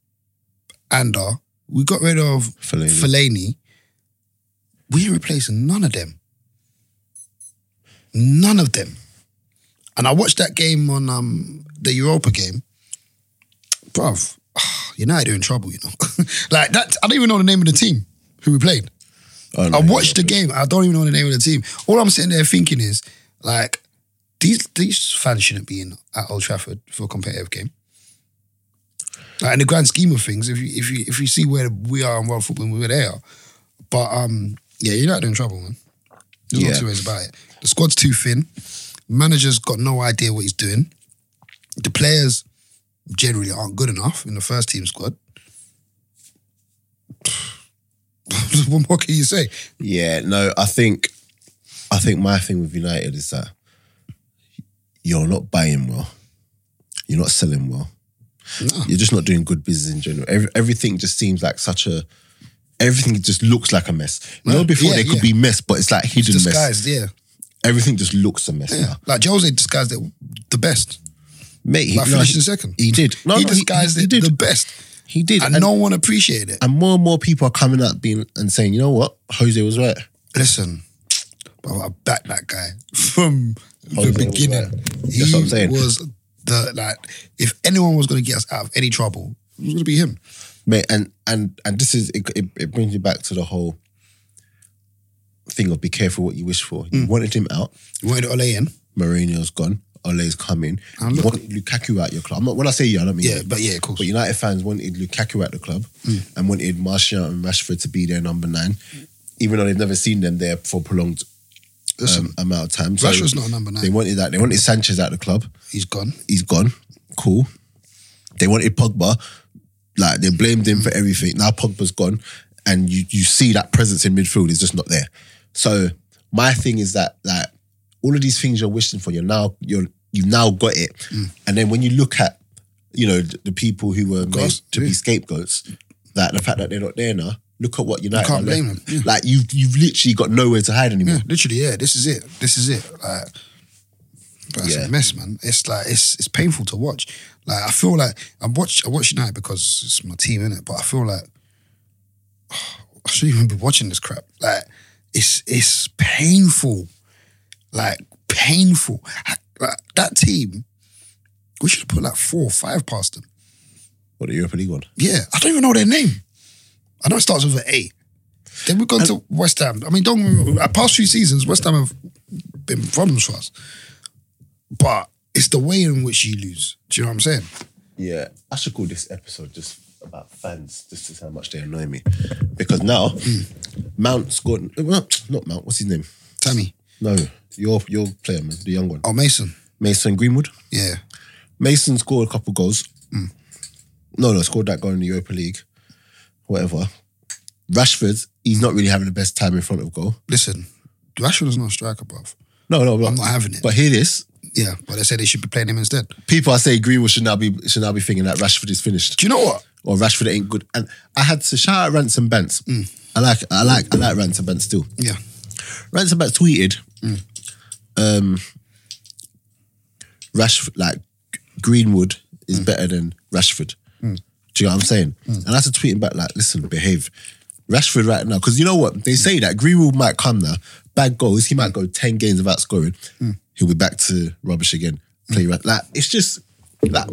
B: Ander. We got rid of
A: Fellaini.
B: Fellaini. We're replacing none of them. None of them. And I watched that game on um, the Europa game. Bruv, United are in trouble, you know. like that, I don't even know the name of the team who we played.
A: Oh, no,
B: I
A: he
B: watched the
A: got-
B: game. I don't even know the name of the team. All I'm sitting there thinking is, like, these these fans shouldn't be in at Old Trafford for a competitive game. Like, in the grand scheme of things, if you if you if you see where we are in world football and where they are, but um, yeah, United are in trouble, man. There's
A: Yeah.
B: no two ways about it. The squad's too thin. Manager's got no idea what he's doing. The players generally aren't good enough in the first team squad. what more can you say?
A: Yeah, no, I think, I think my thing with United is that you're not buying well, you're not selling well,
B: No.
A: you're just not doing good business in general. Every, everything just seems like such a, everything just looks like a mess. You know,
B: Right.
A: before
B: Yeah,
A: they could
B: yeah.
A: be mess, but it's like hidden mess.
B: disguised, yeah.
A: Everything just looks a mess
B: Yeah.
A: now,
B: Like Jose disguised it the best.
A: mate. He,
B: By
A: no,
B: finishing
A: he-
B: second.
A: he did. No,
B: he
A: no,
B: disguised
A: he
B: it
A: did.
B: the best.
A: He did.
B: And,
A: And,
B: no one appreciated it.
A: and more and more people are coming up being and saying, you know what, Jose was right.
B: Listen, bro, I backed that guy from
A: Jose
B: the
A: was
B: beginning.
A: right.
B: He
A: That's what I'm saying.
B: was the like if anyone was gonna get us out of any trouble, it was gonna be him.
A: mate. And and and this is it, it, it brings me back to the whole thing of be careful what you wish for. You
B: Mm.
A: wanted him out.
B: You wanted Ole in.
A: Mourinho's gone. Ole's coming.
B: And
A: You
B: look-
A: wanted Lukaku out your club. I'm not, when I say you, I don't mean
B: Yeah,
A: you.
B: but yeah, of course. Mm.
A: But United fans wanted Lukaku at the club and wanted Martial and Rashford to be their number nine, even though they've never seen them there for prolonged
B: Listen,
A: um, amount of time.
B: Rashford's not a number nine.
A: They wanted that. They wanted Sanchez at the club.
B: He's gone.
A: He's gone. Cool. They wanted Pogba. Like they blamed him for everything. Now Pogba's gone, and you you see that presence in midfield is just not there. So my thing is that like all of these things you're wishing for, you're now you're you've now got it.
B: Mm.
A: And then when you look at you know the, the people who were made
B: course,
A: to be scapegoats, like the fact that they're not there now. Look at what United.
B: can't
A: are
B: blame
A: left.
B: them, yeah.
A: Like you've you've literally got nowhere to hide anymore.
B: Yeah, literally, yeah. This is it. This is it. Like, but it's
A: Yeah.
B: a mess, man. It's like it's it's painful to watch. Like I feel like I watch I watch United because it's my team, innit? But I feel like I shouldn't even be watching this crap. Like it's it's painful. Like painful. Like, that team, we should have put like four or five past them.
A: What the Europa League one?
B: Yeah, I don't even know their name. I know it starts with an A. Then we've gone to West Ham. I mean, don't get me wrong, our past few seasons, West Ham have been problems for us. But it's the way in which you lose. Do you know what I'm saying?
A: Yeah, I should call this episode just about fans, just to see how much they annoy me. Because now, Mount scored. uh, well, Not Mount. What's his name?
B: Tammy.
A: No, your your player, man, the young one,
B: Oh, Mason.
A: Mason Greenwood.
B: Yeah.
A: Mason scored a couple goals. No, no, scored that goal in the Europa League. Whatever. Rashford, he's not really having the best time in front of goal.
B: Listen, Rashford is not a striker, bruv.
A: No, no, I'm
B: not having it.
A: But hear this:
B: Yeah, but they said they should be playing him instead.
A: people are saying Greenwood should now be should now be thinking that Rashford is finished.
B: Do you know what?
A: or Rashford ain't good. And I had to shout out Ransom Bence. I like, I like, I like Ransom Bence still.
B: Yeah.
A: Ransom Bence tweeted, um, Rashford like Greenwood is better than Rashford. Do you know what I'm saying? And I had to tweet him back like, listen, behave. Rashford right now, because you know what they say that Greenwood might come now, bad goals. He might go ten games without scoring. He'll be back to rubbish again. Play right. like it's just that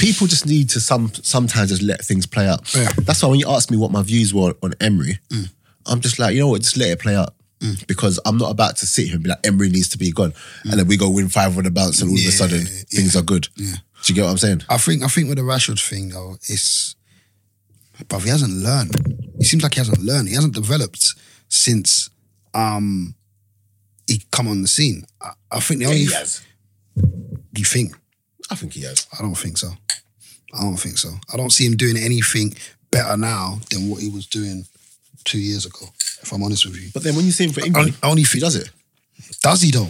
A: people just need to some sometimes just let things play out.
B: Yeah.
A: That's why when you ask me what my views were on Emery, I'm just like, you know what, just let it play out. Because I'm not about to sit here and be like, Emery needs to be gone. And then we go win five on the bounce and all of a
B: Yeah,
A: sudden things are good. Do you get what I'm saying?
B: I think I think with the Rashford thing though, it's but he hasn't learned. He seems like he hasn't learned. He hasn't developed since um he come on the scene. I, I think the only
A: has.
B: you think
A: I think he has.
B: I don't think so. I don't think so. I don't see him doing anything better now than what he was doing two years ago. If I'm honest with you,
A: But then when you see him for England,
B: only, only if
A: he
B: he
A: does it.
B: does he though?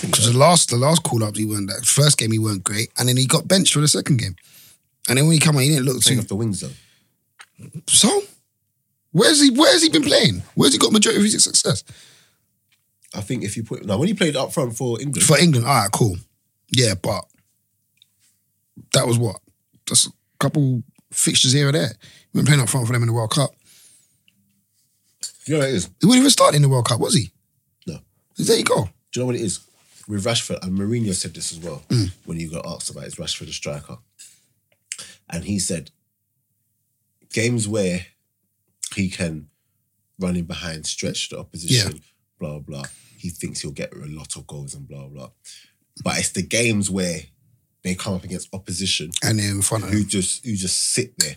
B: Because the last the last call up he weren't that first game he weren't great, and then he got benched for the second game, and then when he come on he didn't look
A: Take
B: too.
A: off the wings though.
B: So where's he? Where's he been playing? Where's he got majority of his success
A: I think if you put no, when he played up front for England,
B: for England? All right, cool. Yeah, but that was what just a couple fixtures here or there. He been playing up front for them in the World Cup.
A: you know what it is. Do
B: He wasn't even starting in the World Cup, was he?
A: No.
B: There you go.
A: you know what it is? With Rashford and Mourinho said this as well when you got asked about is Rashford a striker, and he said games where he can run in behind, stretch the opposition, blah blah. He thinks he'll get a lot of goals and blah blah. But it's the games where they come up against opposition
B: And then in front of
A: who
B: him.
A: just who just sit there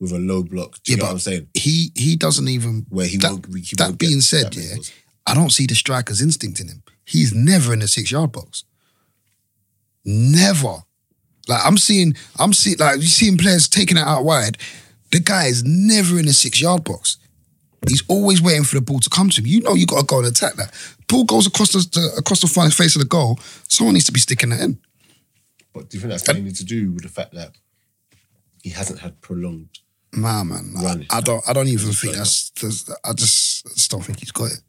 A: with a low block. Do you
B: Yeah,
A: know
B: but-
A: what I'm saying?
B: He he doesn't even
A: Where he
B: that,
A: won't. He
B: that
A: won't
B: being
A: get
B: said,
A: that many
B: yeah,
A: goals.
B: I don't see the striker's instinct in him. He's never in the six yard box. Never. Like I'm seeing, I'm seeing like you seeing players taking it out wide. The guy is never in the six yard box. He's always waiting for the ball to come to him. You know you got to go and attack that. Ball goes across the, the across the front face of the goal. Someone needs to be sticking that in.
A: But do you think that's something to do with the fact that he hasn't had prolonged?
B: Nah, man. I-
A: Run it.
B: I, don't. I don't even
A: Just
B: think
A: run
B: that's, that's. I just, I just don't think he's got it.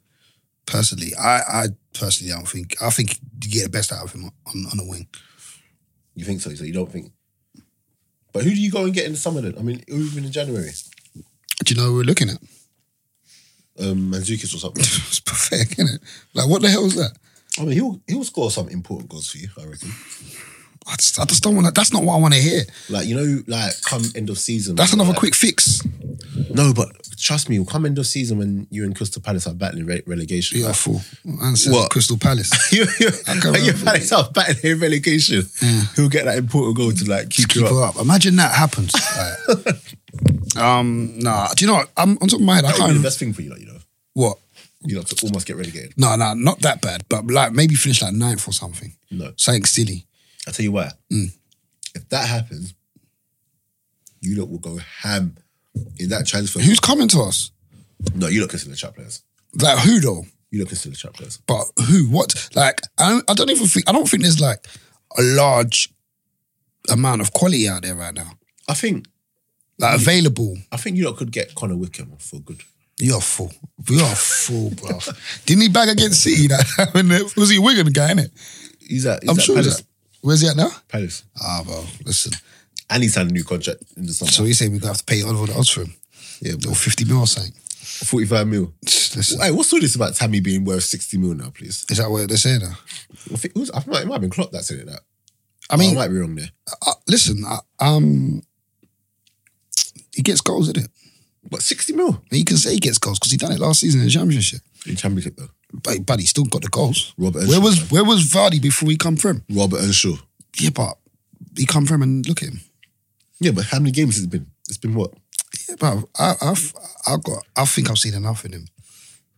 B: Personally, I, I personally don't think. I think you get the best out of him on on the wing.
A: You think so? So you don't think? But who do you go and get in the summer then? I mean, who even in January?
B: Do you know who we're looking at?
A: Um, Manzukis or something.
B: It's pathetic, isn't it? Like, what the hell is that?
A: I mean, he'll he'll score some important goals for you, I reckon.
B: I just, I just don't want to. That's not what I want to hear.
A: Like you know, like come end of season.
B: That's
A: like-
B: another quick fix.
A: No, but trust me, come end of season when you and Crystal Palace are battling re- relegation.
B: Yeah, fool. And said
A: What?
B: Crystal Palace.
A: you you
B: can't
A: when you
B: remember.
A: Palace are battling relegation. He'll get that important goal to like keep,
B: keep
A: you up.
B: her up. Imagine that happens. Like, um, nah. Do you know what? I'm on top of my head. I
A: That would be
B: can't.
A: the
B: Rem-
A: best thing for you, like, you know,
B: what?
A: you know, to almost get relegated.
B: No, no, not that bad. But like maybe finish like ninth or something.
A: No.
B: Something silly.
A: I tell you why.
B: Mm.
A: If that happens, you lot will go ham in that transfer.
B: Who's coming to us?
A: No, you lot consider the trap players.
B: Like who though?
A: You lot consider the trap players.
B: But who? What? Like I don't, I don't even think I don't think there's like a large amount of quality out there right now.
A: I think
B: Like available.
A: I think you lot could get Connor Wickham for good.
B: You're a fool. You're a fool, bro. Didn't he bag against City? That when the- was he a Wigan guy? Innit?
A: He's at he's
B: I'm
A: at
B: sure.
A: Palace.
B: That, where's he at now?
A: Palace.
B: Ah, bro. Listen.
A: And he signed a new contract in the summer.
B: So you saying we're gonna have to pay all the odds for him?
A: yeah,
B: Or fifty mil or something?
A: 45
B: Mm.
A: mil.
B: Listen.
A: Hey, what's all this about Tammy being worth 60 mil now, please?
B: Is that what they're saying? Now?
A: I think it, was, I might, it might have been Klopp that said it that.
B: I mean,
A: I might be wrong there.
B: uh, listen. I, um, he gets goals, isn't it?
A: But 60 mil
B: He can say he gets goals because he done it last season in the championship.
A: in championship though.
B: But, but he still got the goals.
A: Robert Earnshaw.
B: Where was where was Vardy before he come from?
A: Robert Earnshaw.
B: Yeah, but he come from and look at him.
A: Yeah, but how many games has it been? It's been what?
B: Yeah, but I I've, I've got I think I've seen enough in him.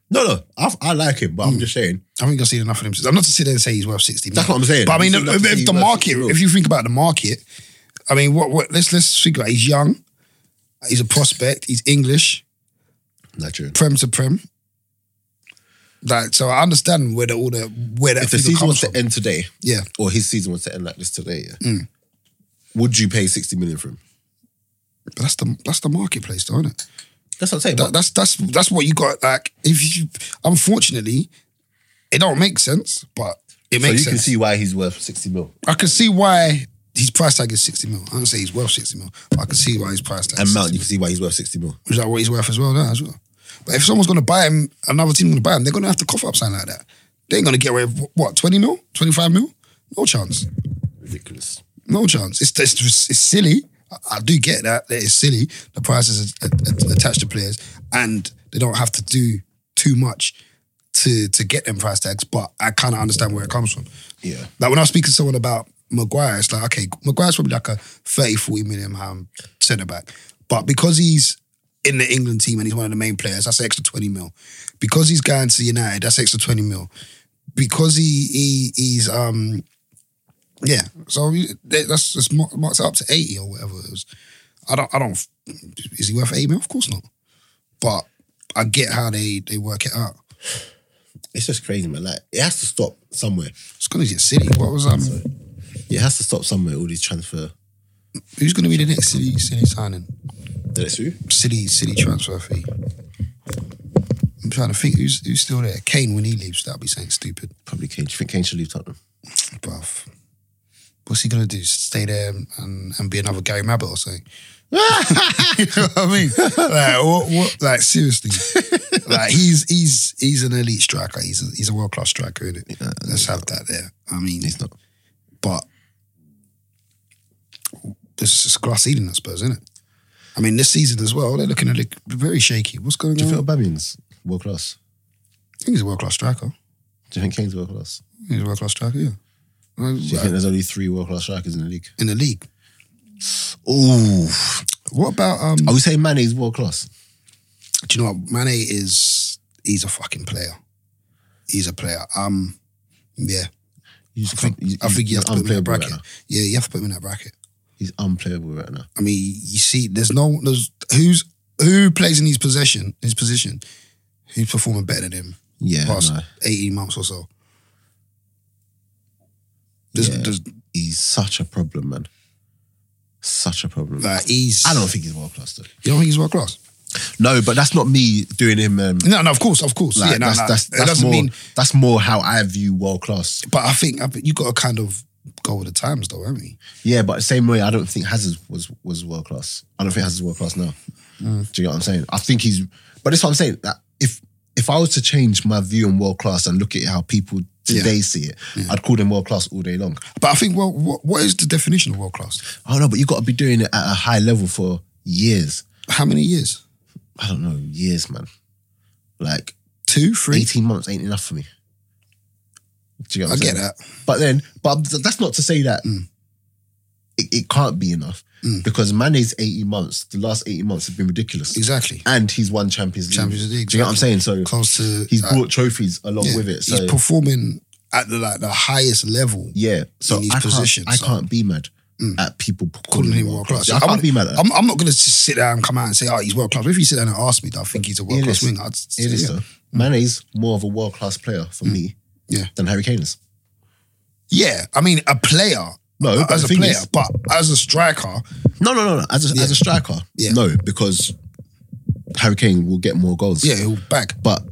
A: No, no. I, I like him, but
B: Mm.
A: I'm just saying
B: I think I've seen enough in him. I'm not to sit there and say he's worth sixty.
A: That's
B: mil.
A: what I'm saying.
B: But I mean,
A: He's
B: if,
A: not-
B: if
A: he's
B: the
A: worth
B: market,
A: 60 mil.
B: if you think about the market, I mean, what what let's let's think about. He's young. He's a prospect. He's English.
A: Nigerian.
B: prem to prem. Like, so I understand where the, all the where that
A: if the
B: figure
A: season
B: comes
A: was
B: from.
A: to end today,
B: Yeah,
A: or his season was to end like this today, yeah,
B: Mm.
A: would you pay sixty million for him?
B: but that's the that's the marketplace, though, isn't it?
A: That's what I'm saying.
B: That,
A: but
B: that's that's that's what you got. Like, if you unfortunately, it don't make sense, but it
A: so you
B: makes
A: can
B: sense.
A: see why he's worth sixty mil.
B: I can see why his price tag is sixty mil. I don't say he's worth sixty mil, but I can see why his price tag.
A: And
B: is
A: Mount, you can see why he's worth sixty mil.
B: 60. Is that what he's worth as well? Now as well. But if someone's going to buy him, another team going to buy him, they're going to have to cough up something like that. They ain't going to get away with what twenty mil, twenty five mil, no chance.
A: Ridiculous.
B: No chance. It's it's, it's silly. I, I do get that. that it's silly. The prices are, are- are attached to players, and they don't have to do too much to to get them price tags. But I kind of understand where it comes from.
A: Yeah.
B: Like when I was speaking to someone about Maguire, it's like okay, Maguire's probably like a 30, 40 million pound centre back, but because he's in the England team and he's one of the main players, that's an extra twenty mil. Because he's going to United, that's extra twenty mil. Because he he he's um Yeah, so we- that- that's it's mar- marked up to eighty or whatever it was. I don't, I don't. Is he worth eighty mil? Of course not. But I get how they they work it out.
A: It's just crazy, man. Like it has to stop somewhere.
B: It's gonna get city. What was um?
A: It has to stop somewhere. All these transfer.
B: Who's gonna be the next city city signing?
A: Did it you?
B: City city transfer fee. I'm trying to think who's who's still there. Kane when he leaves, that'll be something stupid.
A: Probably Kane. Do you think Kane should leave Tottenham?
B: But what's he gonna do? Stay there and, and be another Gary Mabbott or something? you know what I mean? Like what, what like seriously. like he's he's he's an elite striker. He's a he's a world class striker, isn't it? Let's have that there. I mean
A: He's not.
B: but it's just glass ceiling, I suppose, isn't it? I mean, this season as well, they're looking at it very shaky. What's going
A: Do
B: on?
A: you think Aubameyang's world class?
B: I think he's a world class striker.
A: Do you think Kane's world class?
B: He's a world class striker, yeah. Well,
A: Do you think there's only three world class strikers in the league?
B: In the league.
A: Ooh.
B: What about um
A: Are we saying Mane's world class?
B: do you know what? Mane is he's a fucking player. He's a player. Um yeah.
A: You
B: I
A: just
B: think,
A: can't- you-
B: I think
A: he's
B: you have to put him in that
A: unplayable right
B: bracket.
A: now.
B: yeah, you have to put him in that bracket.
A: He's unplayable right now.
B: I mean, you see, there's no there's who's who plays in his possession, his position, who's performing better than him.
A: Yeah.
B: past
A: no.
B: 18 months or so. There's,
A: Yeah.
B: there's,
A: He's such a problem, man. Such a problem.
B: like, he's,
A: I don't think he's world class though.
B: You don't think he's world class?
A: No, but that's not me doing him. Um,
B: No, no, of course, of course.
A: like,
B: yeah, no,
A: that's,
B: no,
A: that's,
B: it
A: that's
B: doesn't
A: more.
B: mean.
A: That's more how I view world class.
B: But I think, I think you got to kind of go with the times, though, haven't you?
A: Yeah, but the same way, I don't think Hazard was was world class. I don't think Hazard's world class now.
B: Mm.
A: Do you get what I'm saying? I think he's, but that's what I'm saying. That if if I was to change my view on world class and look at how people today see it, I'd call them world class all day long.
B: But I think, well, what, what is the definition of world class?
A: Oh no, but you got to be doing it at a high level for years.
B: How many years?
A: I don't know, years, man. Like
B: Two, three?
A: 18 months ain't enough for me. Do you get what
B: I
A: I'm
B: get
A: saying?
B: that. Mm.
A: But then, but th- that's not to say that it, it can't be enough because Mane's 80 months, the last 80 months have been ridiculous.
B: Exactly.
A: And he's won Champions League.
B: Champions League,
A: Do you know what I'm saying? So
B: Close to.
A: he's
B: uh,
A: brought trophies along
B: yeah,
A: with it. So
B: He's performing at the, like, the highest level.
A: yeah, so
B: in his
A: I can't,
B: position,
A: I
B: so- Mm.
A: can't be mad at people
B: Calling him world class.
A: Yeah, I
B: I'm-
A: can't be mad at that.
B: I'm, I'm not going to sit there and come out and say, oh, he's world class. If you sit there and ask me, that I think he's a world class
A: is.
B: winger. I'd say,
A: It is
B: yeah. Mm.
A: though. Mane's more of a world class player for me
B: Yeah.
A: than Harry Kane is.
B: Yeah, I mean a player.
A: No,
B: uh,
A: but
B: as
A: the
B: a
A: thing
B: player,
A: is-
B: but as a striker,
A: No, no, no, no. As a, as a striker,
B: Yeah.
A: no, because Harry Kane will get more goals.
B: yeah, he'll back.
A: But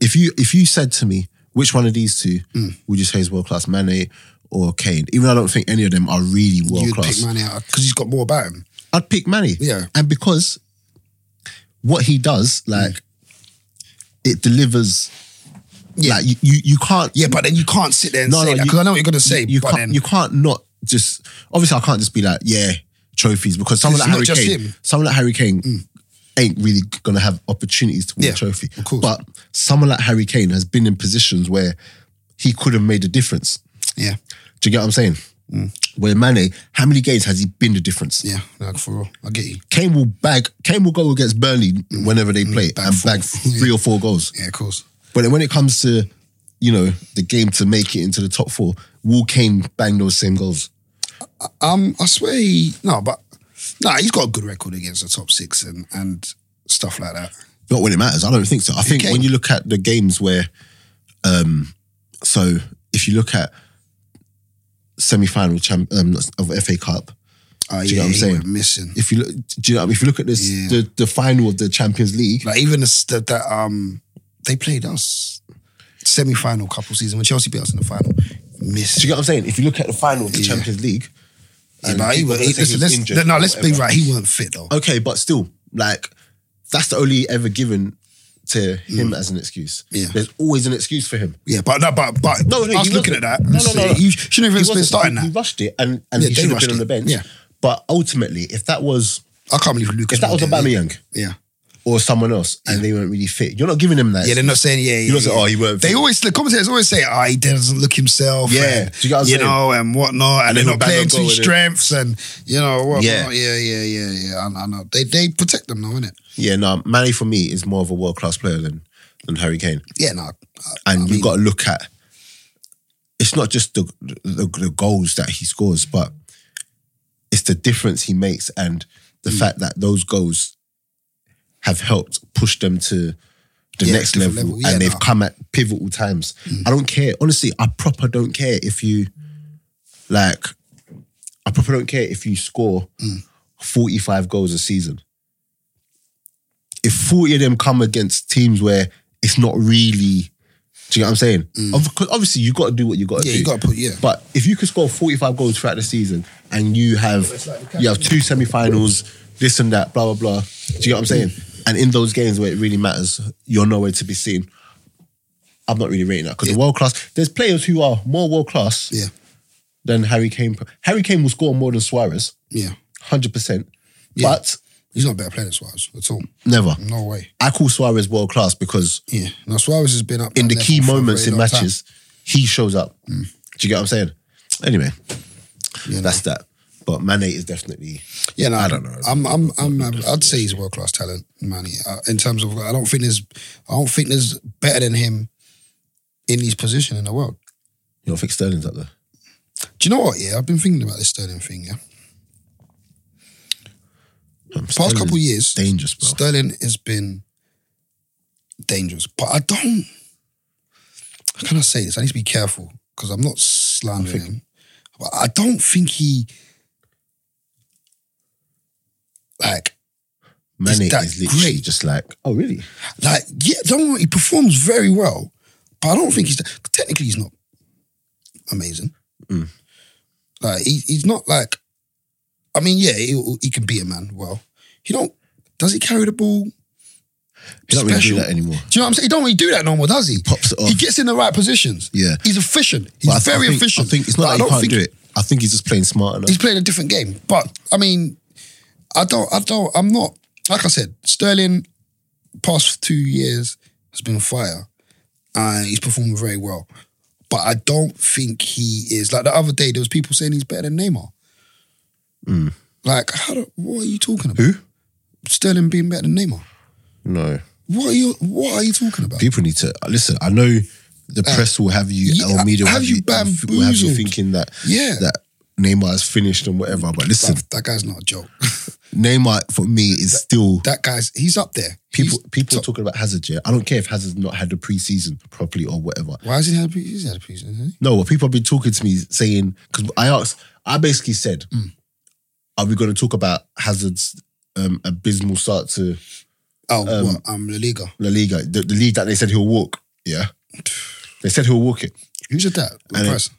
A: if you if you said to me which one of these two
B: Mm.
A: would you say is world class, Mane or Kane? Even though I don't think any of them are really world
B: You'd
A: class.
B: pick Mane out because he's got more about him.
A: I'd pick Mane.
B: Yeah.
A: and because what he does, like
B: Mm.
A: it delivers.
B: Yeah.
A: like you, you, you can't.
B: Yeah, but then you can't sit there and
A: No, no,
B: say that
A: you-
B: because I know what you're gonna say.
A: you
B: but
A: can't
B: then
A: you can't not just obviously I can't just be like yeah trophies because someone
B: It's
A: like
B: not
A: Harry
B: just
A: Kane
B: him. Mm.
A: someone like Harry Kane ain't really gonna have opportunities to win
B: Yeah,
A: a trophy
B: of course.
A: but someone like Harry Kane has been in positions where he could have made a difference
B: yeah,
A: do you get what I'm saying where Mane how many games has he been the difference
B: Mm. yeah, no, for real, I get you.
A: Kane will bag Kane will go against Burnley
B: Mm.
A: whenever they play and bag three or four goals
B: Yeah, of course.
A: but then when it comes to you know the game to make it into the top four will Kane bang those same goals
B: Um, I swear, he, no, but no, he's got a good record against the top six and and stuff like that.
A: Not when it matters. I don't think so. I think
B: Okay.
A: when you look at the games where, um, so if you look at semi-final champ um, not- of FA Cup,
B: Uh,
A: you
B: yeah,
A: know what I'm
B: he
A: saying?
B: went missing.
A: if you look, do you know, what I mean? if you look at this
B: Yeah.
A: the, the final of the Champions League,
B: Like even the, the, that um they played us semi final couple season when Chelsea beat us in the final. Missed.
A: do you get what I'm saying? If you look at the final of the
B: Yeah.
A: Champions League,
B: Yeah,
A: and
B: but he
A: people
B: was,
A: are gonna say
B: listen,
A: he's
B: let's,
A: injured
B: no,
A: or
B: let's be
A: whatever.
B: right. He weren't fit though.
A: Okay, but still, like that's the only ever given to him as an excuse.
B: Mm. Yeah.
A: There's always an excuse for him.
B: Yeah, but no, but but
A: No, no,
B: I was
A: he
B: looking at
A: wasn't.
B: that.
A: No, no, no, no.
B: You shouldn't
A: He
B: have even been
A: wasn't-
B: starting
A: he- He
B: that.
A: rushed it, and and he
B: Yeah, they
A: should have
B: rushed
A: been on
B: it.
A: the bench.
B: Yeah.
A: But ultimately, if that was
B: I can't believe Lucas.
A: if that was
B: went there.
A: Aubameyang
B: Yeah,
A: or someone else, and they weren't really fit, you're not giving them that.
B: yeah, they're not saying yeah. yeah,
A: not saying,
B: yeah.
A: "Oh, he weren't
B: They
A: fit."
B: always the commentators always say, "Oh, he doesn't look himself."
A: Yeah.
B: and,
A: Do you get what I'm
B: you
A: saying?
B: know, and whatnot, and,
A: then
B: they're
A: he'll
B: not
A: bang
B: playing
A: a
B: to
A: goal
B: his
A: in it.
B: strengths, and you know, whatnot.
A: Yeah.
B: yeah, yeah, yeah, yeah. I, I know they they protect them, though, innit?
A: yeah, no, Manny for me is more of a world class player than than Harry Kane,
B: Yeah, no, I-
A: and
B: I
A: you've
B: mean,
A: got to look at it's not just the, the the goals that he scores, but it's the difference he makes and the
B: Mm.
A: fact that those goals have helped push them to the
B: Yeah,
A: next
B: different
A: level,
B: level. Yeah,
A: and they've
B: nah. Mm.
A: come at pivotal times. I don't care, honestly. I proper don't care if you like. I proper don't care if you score forty five goals a season. If forty of them come against teams where it's not really, do you know what I'm saying? Of- 'cause obviously, you got to do what you got to
B: Mm. Yeah,
A: do.
B: you gotta put- yeah.
A: But if you could score 45 goals throughout the season and you have
B: like the
A: you have two semi-finals, this and that, blah blah blah. Do you know what I'm saying? And in those games where it really matters, you're nowhere to be seen. I'm not really rating that because the world class. There's players who are more world class
B: Yeah,
A: than Harry Kane. Harry Kane will score more than Suarez,
B: yeah.
A: hundred percent.
B: Yeah.
A: But
B: He's not a better player than Suarez at all.
A: never.
B: No way.
A: I call Suarez world class because
B: Yeah. Now Suarez has been up
A: in the
B: that level
A: key
B: for a
A: moments
B: very
A: in
B: long time. Mm.
A: matches, he shows up. Do you get what I'm saying? Anyway,
B: Yeah,
A: that's that. But Mane is definitely.
B: Yeah, no,
A: I don't know.
B: I'm, I'm, I'm, i would say he's world class talent, Manny. Uh, in terms of, I don't think there's, I don't think there's better than him in his position in the world.
A: You know, I think Sterling's up there.
B: Do you know what? Yeah, I've been thinking about this Sterling thing. Yeah,
A: Um,
B: past couple of years,
A: dangerous, bro.
B: Sterling has been dangerous, but I don't. How can I say this? I need to be careful because I'm not slandering him, but I don't think he like
A: Mane
B: Is that
A: is literally
B: great?
A: just like, oh really?
B: Like, yeah, don't worry, he performs very well, but I don't think he's technically he's not amazing.
A: Mm.
B: Like, he, he's not like, I mean, yeah, he, he can beat a man. Well, he don't. Does he carry the ball?
A: He don't really do
B: Special.
A: that anymore.
B: Do you know what I'm saying? He don't really do that no more, does he?
A: Pops it off.
B: He gets in the right positions.
A: Yeah.
B: he's efficient. He's
A: But I th- I
B: very
A: think-
B: efficient.
A: I think it's not
B: But
A: that
B: I
A: he
B: don't
A: can't
B: think
A: do it. I think he's just playing smart enough.
B: he's playing a different game. But I mean, I don't, I don't, I'm not. Like I said, Sterling past two years has been fire, and he's performed very well. But I don't think he is like the other day. There was people saying he's better than Neymar. Like, how do, what are you talking about?
A: Mm. Who?
B: Sterling being better than Neymar?
A: No.
B: What are you? What are you talking about?
A: People need to listen. I know the press will have you,
B: Ah. yeah,
A: or media will
B: have
A: have
B: you
A: you, will have you
B: bamboozled?
A: thinking that
B: Yeah.
A: that Neymar is finished and whatever. But listen,
B: That, that guy's not a joke.
A: Neymar for me is still
B: that guy's he's up there.
A: people.
B: He's
A: People are
B: top-
A: talking about Hazard. Yeah, I don't care if Hazard's not had the preseason properly or whatever.
B: Why is he had? He's had a piece, isn't he?
A: No, what people have been talking to me saying because I asked, I basically said,
B: Hmm.
A: "Are we going to talk about Hazard's um, abysmal start to
B: Oh,
A: Um,
B: what? I'm La Liga.
A: La Liga, the, the league that they said he'll walk?" Yeah, they said he'll walk it.
B: Who said that?
A: And it-
B: Press.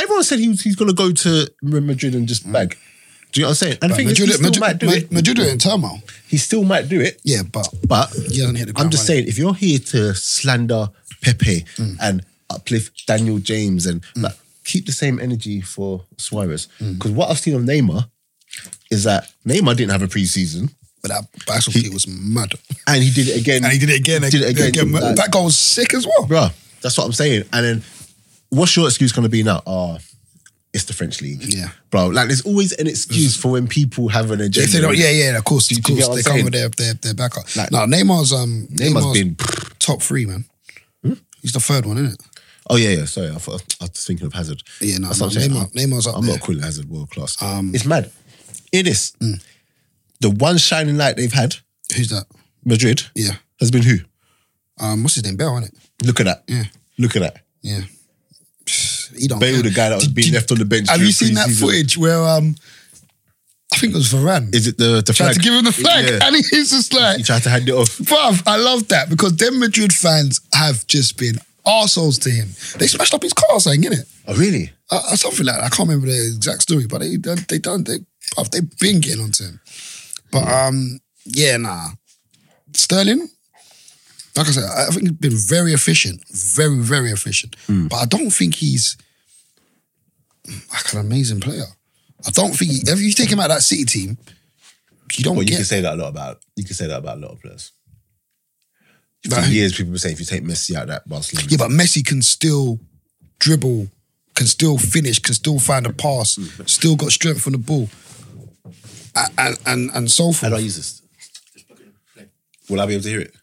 A: Everyone said he was, he's going to go to Real Madrid and just bag. Do you know what I'm saying? And the thing is, he
B: Madrid,
A: still
B: Madrid,
A: might do
B: Madrid,
A: it.
B: are in turmoil.
A: He still might do it,
B: Yeah, but
A: but
B: he hasn't hit the ground.
A: I'm just
B: running.
A: saying, if you're here to slander Pepe
B: Mm.
A: and uplift Daniel James and like, keep the same energy for Suarez,
B: Mm.
A: because what I've seen of Neymar is that Neymar didn't have a preseason
B: But that basketball play was mad.
A: and he did it again.
B: And he did it again.
A: Did it again. Like-
B: that goal was sick as well.
A: Bruh, that's what I'm saying. And then what's your excuse going to be now? Oh, it's the French league.
B: Yeah.
A: Bro, like there's always an excuse for when people have an agenda.
B: If they don't, yeah, yeah, of course, of
A: you get
B: course,
A: what
B: they
A: I'm
B: cover
A: saying?
B: their their, their backup.
A: Like-
B: no, Neymar's um, Neymar's,
A: Neymar's been- Hmm?
B: top three, man. He's the third one, isn't it?
A: Oh, yeah, yeah. Sorry, I, thought, I was thinking of Hazard.
B: Yeah, no,
A: That's
B: no
A: what I'm saying.
B: Neymar, Um, Neymar's up
A: I'm
B: there.
A: not calling Hazard world class. it's mad. It is.
B: Mm.
A: The one shining light they've had,
B: Who's that?
A: Madrid,
B: Yeah,
A: has been who?
B: um, what's his name? Bell, isn't it?
A: Look at that.
B: Yeah.
A: Look at that.
B: Yeah, he don't.
A: Bale, the guy that was
B: Did-
A: being
B: did-
A: left on the bench.
B: Have you
A: during
B: seen that
A: pre-season.
B: footage where um, I think it was Varane
A: Is it the, the
B: tried
A: flag?
B: to give him the flag,
A: Yeah.
B: and he's just like,
A: He tried to hand it off.
B: Bruv, I love that because them Madrid fans have just been arseholes to him. They smashed up his car, saying, innit?
A: Oh, really?
B: Uh, uh, something like that. I can't remember the exact story, but they done, they done, they, bruv, they've been getting onto him. But um, yeah, nah. Sterling, like I said, I I think he's been very efficient, very, very efficient.
A: Hmm.
B: But I don't think he's like an amazing player. I don't think, he, if you take him out of that City team, you don't
A: Well, you
B: get
A: can say that a lot about you can say that about a lot of players. For
B: Like-
A: years, people were saying if you take Messi out of that Barcelona,
B: Yeah, but Messi can still dribble, can still finish, can still find a pass, still got strength on the ball, A- and and and so
A: how do I
B: forth.
A: use this? Will I be able to hear it?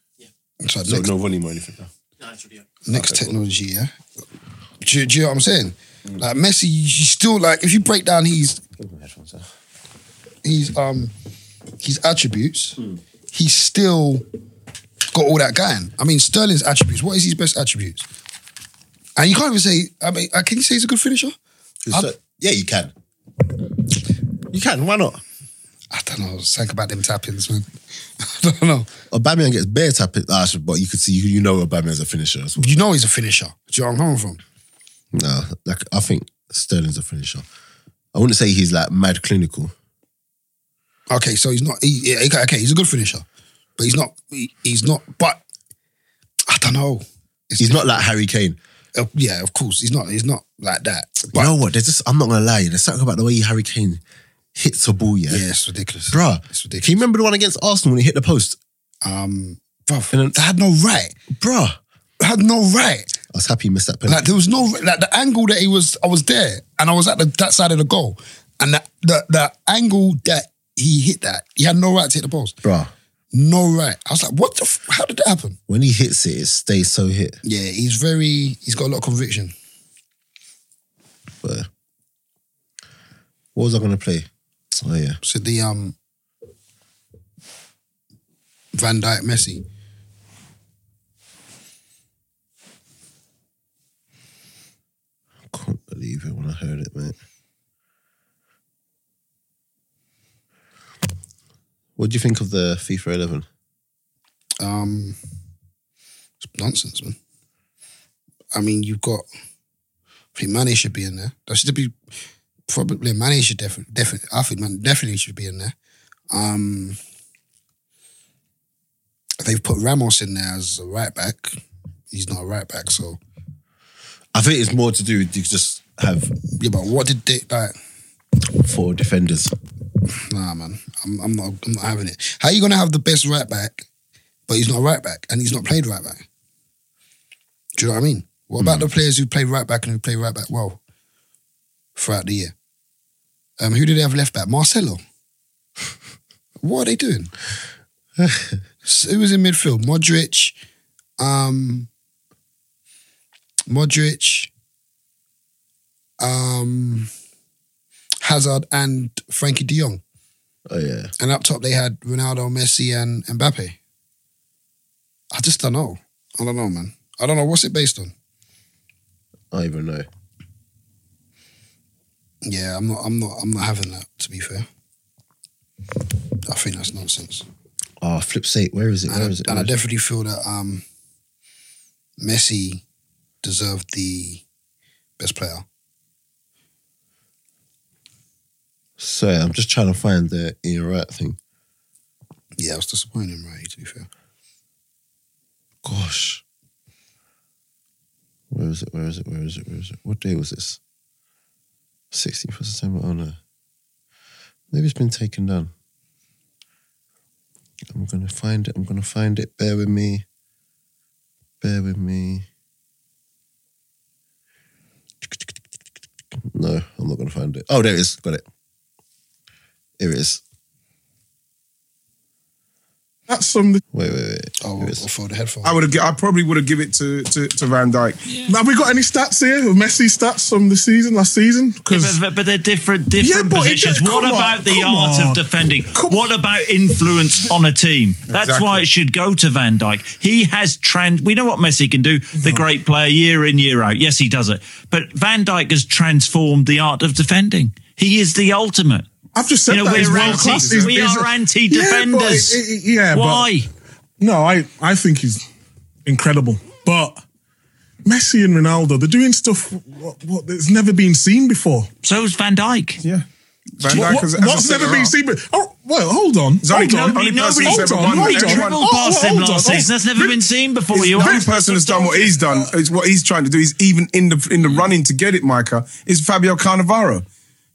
B: So
A: So
B: next,
A: no volume or anything.
C: No, it should be up.
B: next technology, yeah. Do, you- do you know what I'm saying? Like Messi, you still like if you break down his
A: Give me my headphones, huh?
B: his um his attributes, he's still got all that going. I mean, Sterling's attributes. What is his best attributes? And you can't even say. I mean, uh, can you say he's a good finisher?
A: It's so- yeah, you can. You can. Why not?
B: I don't know. Think about them tappings, man. I don't know.
A: Aubameyang gets bare tap, ah, but you could see you, you know Aubameyang's a finisher as well.
B: You know he's a finisher. Do you know where I'm coming from?
A: No, like I think Sterling's a finisher. I wouldn't say he's like mad clinical.
B: Okay, so he's not. He, yeah, okay, okay, he's a good finisher, but he's not. He, he's not. But I don't know. It's,
A: He's not like Harry Kane.
B: uh, yeah, of course, he's not. He's not like that.
A: you
B: But
A: know what? There's just I'm not gonna lie. There's something about the way Harry Kane hits a ball. Yeah,
B: yeah, it's ridiculous,
A: bruh.
B: It's
A: Can
B: ridiculous.
A: you remember the one against Arsenal when he hit the post,
B: Um, bruv,
A: And then-
B: they had no right.
A: bruh? I
B: Had no right.
A: was happy he missed that penalty.
B: Like there was no like the angle that he was. I was there, and I was at the, that side of the goal, and the, the the angle that he hit that he had no right to hit the post.
A: bruh,
B: No right. I was like, what the? F- how did that happen?
A: when he hits it, it stays so hit.
B: Yeah, he's very. He's got a lot of conviction.
A: But what was I gonna play? Oh yeah,
B: So the um Van Dyke Messi.
A: I can't believe it when I heard it, mate. What do you think of the FIFA 11?
B: Um it's nonsense, man. I mean you've got I think Mane should be in there. That should be probably Mane should definitely definitely I think Mane definitely should be in there. Um they've put Ramos in there as a right back. He's not a right back, so
A: I think it's more to do with you just have
B: yeah, but what did they like
A: four defenders.
B: Nah, man, I'm, I'm not. I'm not having it. How you gonna have the best right back, but he's not a right back and he's not played right back? Do you know what I mean? What about the players who played right back and who played right back well throughout the year? Um, who did they have left back? Marcelo. what are they doing? S- who was in midfield? Modric, um, Modric, um, Hazard, and Frankie De Jong.
A: Oh yeah.
B: And up top, they had Ronaldo, Messi, and Mbappe. I just don't know. I don't know, man. I don't know. What's it based on?
A: I don't even know.
B: Yeah, I'm not. I'm not. I'm not having that. To be fair, I think that's nonsense.
A: Oh, flip sake, where is it?
B: And,
A: Where
B: I,
A: is it?
B: and
A: Where
B: I
A: is it?
B: definitely feel that um, Messi deserved the best player.
A: Sorry, I'm just trying to find the in your right thing.
B: Yeah, I was disappointed, right? To be fair,
A: Gosh. Where is it? Where is it? Where is it? Where is it? What day was this? 16th of September. Oh no. Maybe it's been taken down. I'm gonna find it. I'm gonna find it. Bear with me. Bear with me. No, I'm not gonna find it. Oh, there it is. Got it. Here it is.
C: That's from the.
A: Wait, wait, wait.
B: oh,
A: Here it
B: I'll
A: is.
B: throw the headphone.
C: I would have. I probably would have give it to to, to Van Dyke. Have we got any stats here? Messi stats from the season last season? Because
D: But, but they're different,
C: Yeah,
D: different
C: but it
D: positions.
C: just-
D: what
C: come on,
D: about the
C: come
D: art
C: on.
D: of defending?
C: Come-
D: What about influence on a team? That's
C: Exactly.
D: why it should go to Van Dijk. He has trans. We know what Messi can do. The great player, year in year out. Yes, he does it. But Van Dijk has transformed the art of defending. He is the ultimate.
C: I've just said
D: You know,
C: that he's
D: we're
C: world
D: anti,
C: class. He's-
D: we
C: he's-
D: are
C: Yeah, but
D: anti-defenders.
C: it- it- Yeah, but-
D: why?
C: No, I, I think he's incredible. But Messi and Ronaldo, they're doing stuff what, what, that's never been seen before.
D: So is Van Dijk.
C: Yeah.
E: Van Dijk has- has a
C: what's never
E: centre
C: been
E: half.
C: seen before? Oh, well, hold on. Hold
E: only
C: on.
E: Kane-
D: Nobody,
E: only person
D: nobody,
E: who's
C: ever won
D: nobody,
C: that.
D: dribbled
C: Oh,
D: past him
C: hold on.
D: last
C: Oh,
D: season. That's never
C: Rick-
D: been seen before.
E: It's-
D: You
E: the only
D: asked us
E: person
D: to
E: that's done
D: talk
E: what he's done is what he's trying to do. He's even in the in the running to get it, Micah. Is Fabio Cannavaro.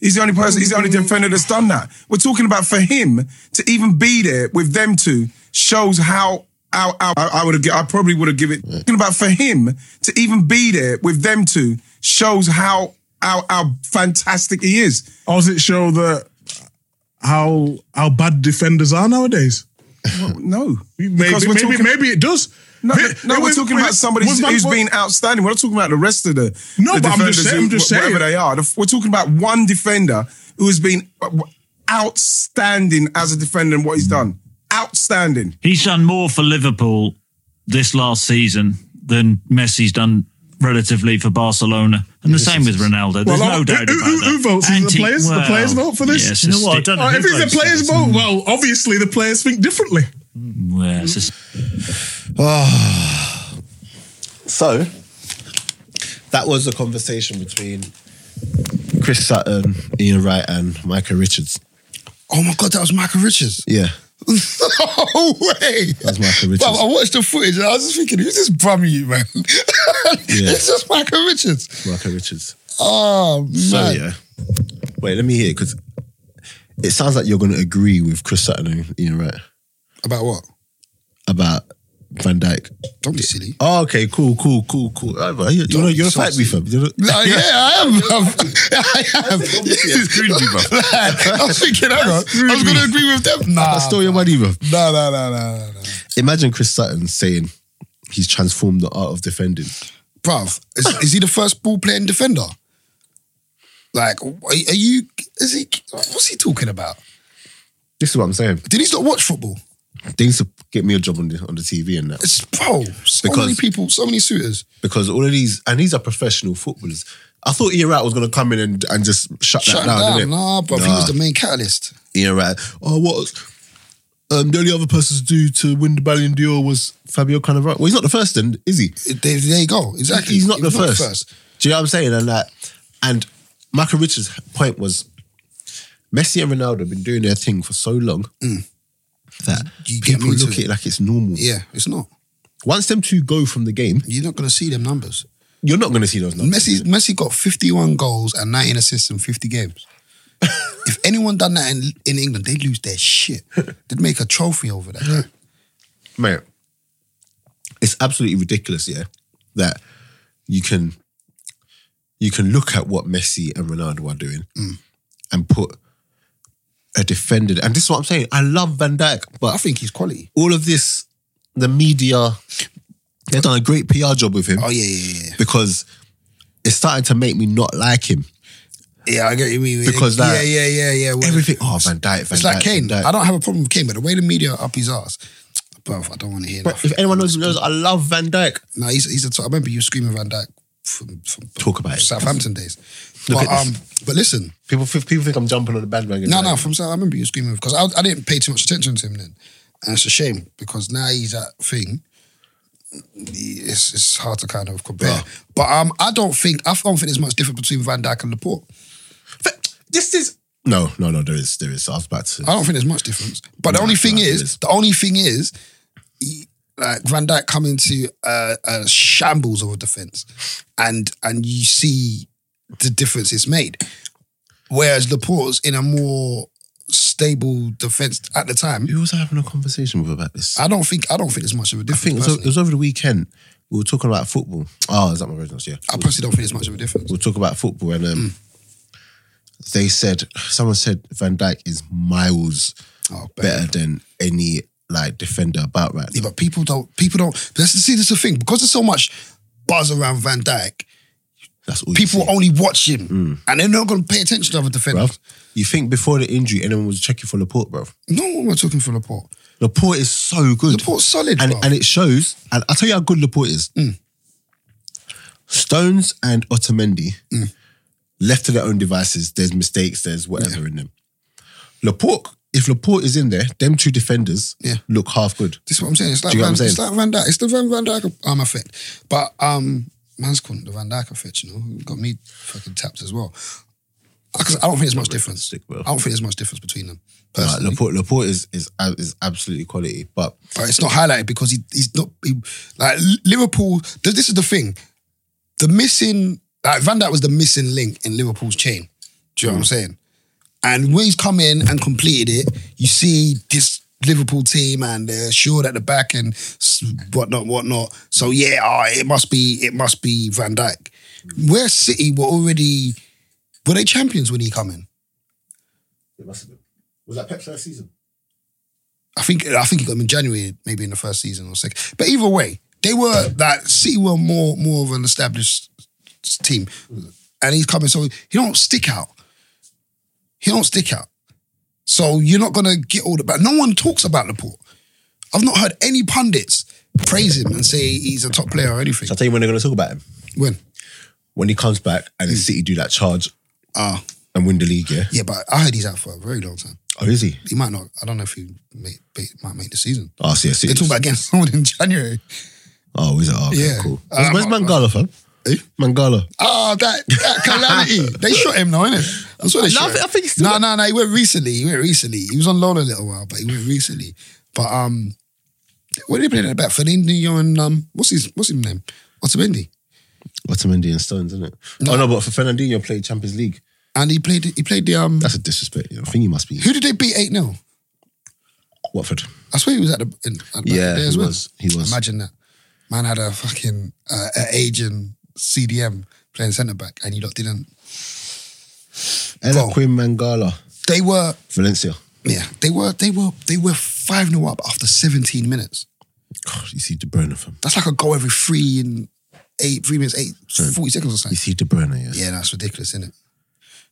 E: He's the only person. He's the only defender that's done that. We're talking about for him to even be there with them two shows how. how, how I, I would have. I probably would have given. it. Talking about for him to even be there with them two shows how how, how fantastic he is.
C: Or does it show that how how bad defenders are nowadays?
E: Well, no.
C: Maybe,
E: Because we're
C: maybe,
E: talking-
C: maybe it does.
E: No,
C: Hey,
E: no,
C: hey,
E: we're
C: with-
E: talking
C: with-
E: about somebody
C: with
E: who's,
C: Van
E: who's
C: Dijk-
E: been outstanding. We're not talking about the rest of the
C: No,
E: the
C: but I'm just
E: defenders
C: saying-
E: who-
C: I'm just
E: whatever
C: saying.
E: they are. The- We're talking about one defender who has been uh, outstanding as a defender and what he's done. Outstanding.
D: He's done more for Liverpool this last season than Messi's done relatively for Barcelona. And the same with Ronaldo. There's
C: Well, who-
D: no doubt
C: who-
D: about
C: who-
D: that.
C: who votes? Is it the
D: Anti-
C: players? The players vote for this?
D: Yes,
F: You know what? I don't
C: Oh,
F: know
C: if
F: who
C: it's the
F: votes for
C: players'
F: this.
C: vote, well, obviously the players think differently.
D: well, it's just-
A: So that was the conversation between Chris Sutton, Ian Wright, and Michael Richards.
B: Oh my god, that was Michael Richards.
A: Yeah.
B: no way.
A: That's Michael Richards.
B: But I watched the footage and I was just thinking, who's this brummie, you, man? It's just Michael Richards.
A: Michael Richards.
B: Oh man.
A: So yeah. Wait, let me hear because it sounds like you're going to agree with Chris Sutton and Ian Wright
B: About what?
A: about Van Dyke.
B: Don't be silly.
A: Oh, okay, cool, cool, cool, cool. All right, You, you know, you're a fight me, fam. You're a-
B: No, yeah, I am. bruv. I am. Like, oh, I was thinking, hang on, I was going to agree with them. Nah,
A: I stole your money, bro.
B: nah, nah, nah, nah, nah, nah.
A: Imagine Chris Sutton saying he's transformed the art of defending.
B: bruv, is, is he the first ball playing defender? Like, are, are you? Is he? What's he talking about?
A: This is what I'm saying.
B: Did he not watch football?
A: They need to get me a job on the on the TV and that.
B: It's bro. So
A: Because-
B: many people, so many suitors.
A: because all of these and these are professional footballers. I thought Ian Wright was going to come in and, and just shut,
B: Shut
A: that down,
B: down,
A: didn't it?
B: nah, bruv. He was the main catalyst.
A: Ian Wright. Oh, what? Um, the only other person to do to win the Ballon d'Or was Fabio Cannavaro. Well, he's not the first, then is he?
B: There, there you go. Exactly.
A: He's not,
B: He
A: the,
B: was
A: first. Do you know what I'm saying? And that, and Michael Richards' point was, Messi and Ronaldo have been doing their thing for so long that
B: Mm. You get
A: people
B: me to
A: look at
B: it.
A: it like it's normal.
B: Yeah, it's not.
A: Once them two go from the game,
B: You're not going to see them numbers.
A: you're not going to see those numbers.
B: Messi, Messi got 51 goals and 19 assists in 50 games. if anyone done that in, in England, they'd lose their shit. They'd make a trophy over that.
A: mate, it's absolutely ridiculous, yeah, that you can you can look at what Messi and Ronaldo are doing
B: Mm.
A: and put a defender. And this is what I'm saying. I love Van Dijk,
B: I
A: but
B: think he's quality.
A: all of this, the media, they've done a great PR job with him
B: Oh, yeah, yeah, yeah.
A: because it's starting to make me not like him.
B: Yeah, I get what you mean.
A: Because
B: yeah,
A: that-
B: yeah, yeah, yeah. Well,
A: Everything, oh, Van Dijk, Van
B: It's
A: Dijk.
B: like Kane.
A: Van Dijk.
B: I don't have a problem with Kane, but the way the media are up his ass, bro, I don't want to hear
A: But
B: that.
A: if anyone knows, knows, I love Van Dijk.
B: No, he's he's. A t- I remember you screaming Van Dyke from, from
A: Talk about it.
B: Southampton days.
A: Look
B: But
A: at this.
B: um, but listen,
A: People, people think I'm jumping on the bandwagon.
B: no,
A: Like,
B: no, from South, I remember you screaming because I, I didn't pay too much attention to him then, and it's a shame because now he's that thing. It's, it's hard to kind of compare, but um, I don't think I don't think there's much difference between Van Dyke and Laporte.
A: This is no, no, no. There is, there is. I was about to.
B: I don't think there's much difference. But the
A: No,
B: only thing
A: no,
B: is,
A: there is.
B: the only thing is, he- like Van Dijk coming to a, a shambles of a defense, and and you see the difference it's made. Whereas Laporte's in a more stable defense at the time.
A: Who was I having a conversation with about this? I
B: I don't think I don't think there's much of a
A: think it
B: difference.
A: was, it
B: personally.
A: was over the weekend. We were talking about football. Oh, is that my originals? Yeah.
B: I personally don't think there's much of a difference.
A: We were talking about football, and um, they said someone said Van Dijk is miles
B: Oh,
A: better than any like defender about right.
B: Yeah,
A: now.
B: but people don't. People don't. That's, see, this is the thing because there's so much buzz around Van Dijk.
A: That's all.
B: People
A: you see,
B: only watch him, and they're not going to pay attention to other defenders.
A: Mm. bruv. You think before the injury, anyone was checking for Laporte, bro?
B: No one was talking for Laporte.
A: Laporte is so good.
B: Laporte's solid,
A: and
B: bro.
A: and it shows. And I'll tell you how good Laporte is.
B: Mm.
A: Stones and Otamendi,
B: Mm.
A: left to their own devices, there's mistakes, there's whatever in them. Laporte, if Laporte is in there, them two defenders
B: Yeah.
A: look half good.
B: This is what I'm saying. It's like
A: Do you get
B: Van,
A: what I'm
B: it's
A: saying?
B: like Van Dyke. It's the Van, Van Dyke um, effect. But um, man's calling it the Van Dyke effect. You know, got me fucking tapped as well. Because I don't think there's much difference.
A: stick,
B: I
A: bro.
B: don't think there's much difference between them.
A: Like,
B: Personally.
A: Laporte, Laporte is is ab- is absolutely quality, but
B: but it's not highlighted because he, he's not he, like L- Liverpool. th- This is the thing: the missing like Van Dijk was the missing link in Liverpool's chain. Do you know what I'm saying? And when he's come in and completed it, you see this Liverpool team and they're assured at the back and s- whatnot, whatnot. So yeah, ah, it must be it must be Van Dijk. Where City were already were they champions when he come in?
A: it must have been. Was that Pep's last season?
B: I think I think he got him in January, maybe in the first season or second. But either way, they were that City were more more of an established s- team, and he's coming, so he don't stick out. He don't stick out. So you're not gonna get all the. But no one talks about Laporte. I've not heard any pundits praise him and say he's a top player or anything.
A: I'll tell you when they're going to talk about him.
B: When?
A: When he comes back and
B: Mm.
A: the City do that charge
B: Ah,
A: and win the league, yeah?
B: yeah, but I heard he's out for a very long time.
A: Oh, is he?
B: He might not. I don't know if he may, may- might make the season.
A: Oh, see, I see.
B: They're talking about getting someone in January.
A: Oh, is it? Oh, okay,
B: Yeah.
A: cool.
B: Uh,
A: Where's, where's
B: I'm- I'm-
A: Mangala from?
B: Eh?
A: Mangala.
B: Oh, that, that calamity. they shot him though, innit? I swear they
A: No, I
B: shot
A: think-
B: him.
A: I think he's still-
B: No, no, no. He went recently. He went recently. He was on loan a little while, but he went recently. But um, what did he play in the back? Fernandinho and um, what's his what's his name? Otamendi.
A: Otamendi and Stones, isn't it? Oh, no, but for Fernandinho played Champions League.
B: And he played he played the um.
A: That's a disrespect. you know. I think he must be
B: who did they beat eight 0
A: Watford.
B: I swear he was at the in, at the back
A: Yeah,
B: there as
A: he
B: well.
A: was. He was.
B: Imagine that. Man had a fucking uh, an aging CDM playing centre back, and he lot didn't.
A: Eloquim Mangala.
B: They were
A: Valencia.
B: yeah. They were they were they were five 0 up after seventeen minutes.
A: God, you see De Bruyne from.
B: That's like a goal every three and eight, three minutes, eight, 40 seconds or
A: You
B: something.
A: see De Bruyne, yeah.
B: Yeah, that's ridiculous, isn't it?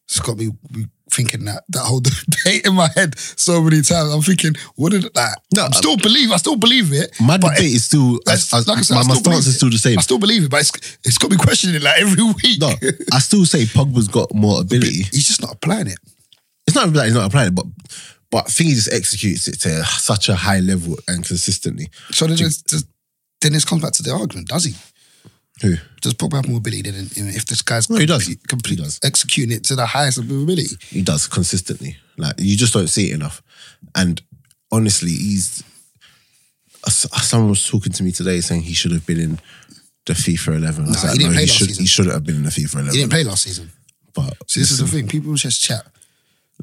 B: It's got me me thinking that that whole debate in my head so many times. I'm thinking, what did that? No, I still believe, I still believe it.
A: My
B: but
A: debate
B: it-
A: is still, I,
B: that's-
A: I,
B: like I said, I
A: my, my
B: still believe
A: stance is
B: it.
A: still the same.
B: I still believe it, but it's it's got me questioning it like every week.
A: No, I still say Pogba's got more ability.
B: he's just not applying it.
A: It's not that he's not applying it, but but I think he just executes it to such a high level and consistently.
B: So then, it's, just- then this comes back to the argument, does he?
A: Who?
B: Does Pogba have more ability than him if this guy's
A: No, he does.
B: complete-
A: He does.
B: executing it to the highest of ability?
A: He does consistently. Like you just don't see it enough. And honestly, he's s- someone was talking to me today saying he should have been in the FIFA 11. I was
B: Nah,
A: like,
B: he didn't
A: no,
B: play
A: he,
B: last
A: should,
B: season.
A: he shouldn't have been in the FIFA 11.
B: He didn't play last season.
A: But
B: See, this is the thing. People just chat.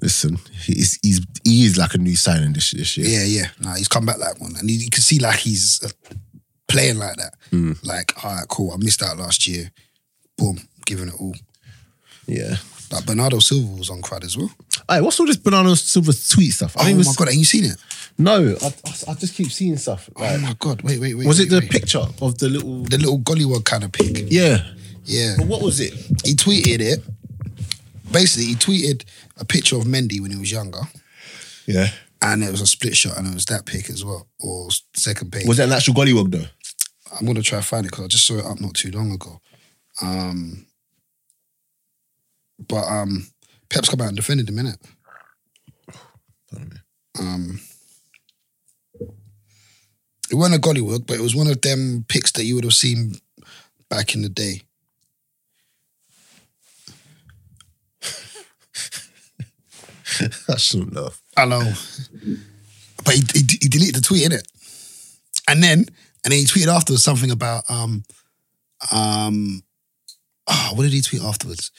A: listen, he's, he's he is like a new signing this, this year.
B: Yeah, yeah. Nah, he's come back like one, and you, you can see like he's uh, playing like that.
A: Mm.
B: Like, all right, cool. I missed out last year. Boom, giving it all.
A: Yeah.
B: Like Bernardo Silva was on crud as well.
A: Hey, what's all this banana silver tweet stuff?
B: Oh
A: I mean,
B: my
A: was-
B: god, have you seen it?
A: No, I, I, I just keep seeing stuff.
B: Oh
A: Like,
B: my god, wait, wait, wait.
A: was
B: wait,
A: it the
B: wait.
A: picture of the little?
B: The little gollywog kind of pig.
A: Yeah.
B: Yeah,
A: But what was it?
B: he tweeted it. Basically, he tweeted a picture of Mendy when he was younger,
A: Yeah.
B: and it was a split shot, and it was that pick as well, or s- second pick.
A: Was that an actual gollywog though?
B: I'm gonna try to find it because I just saw it up not too long ago. Um, but um, Pep's come out and defended him, innit? Um, it wasn't a gollywog, but it was one of them picks that you would have seen back in the day.
A: I shouldn't laugh.
B: I know, but he, he, he deleted the tweet, innit? And then and then he tweeted afterwards something about um um ah what did he tweet afterwards?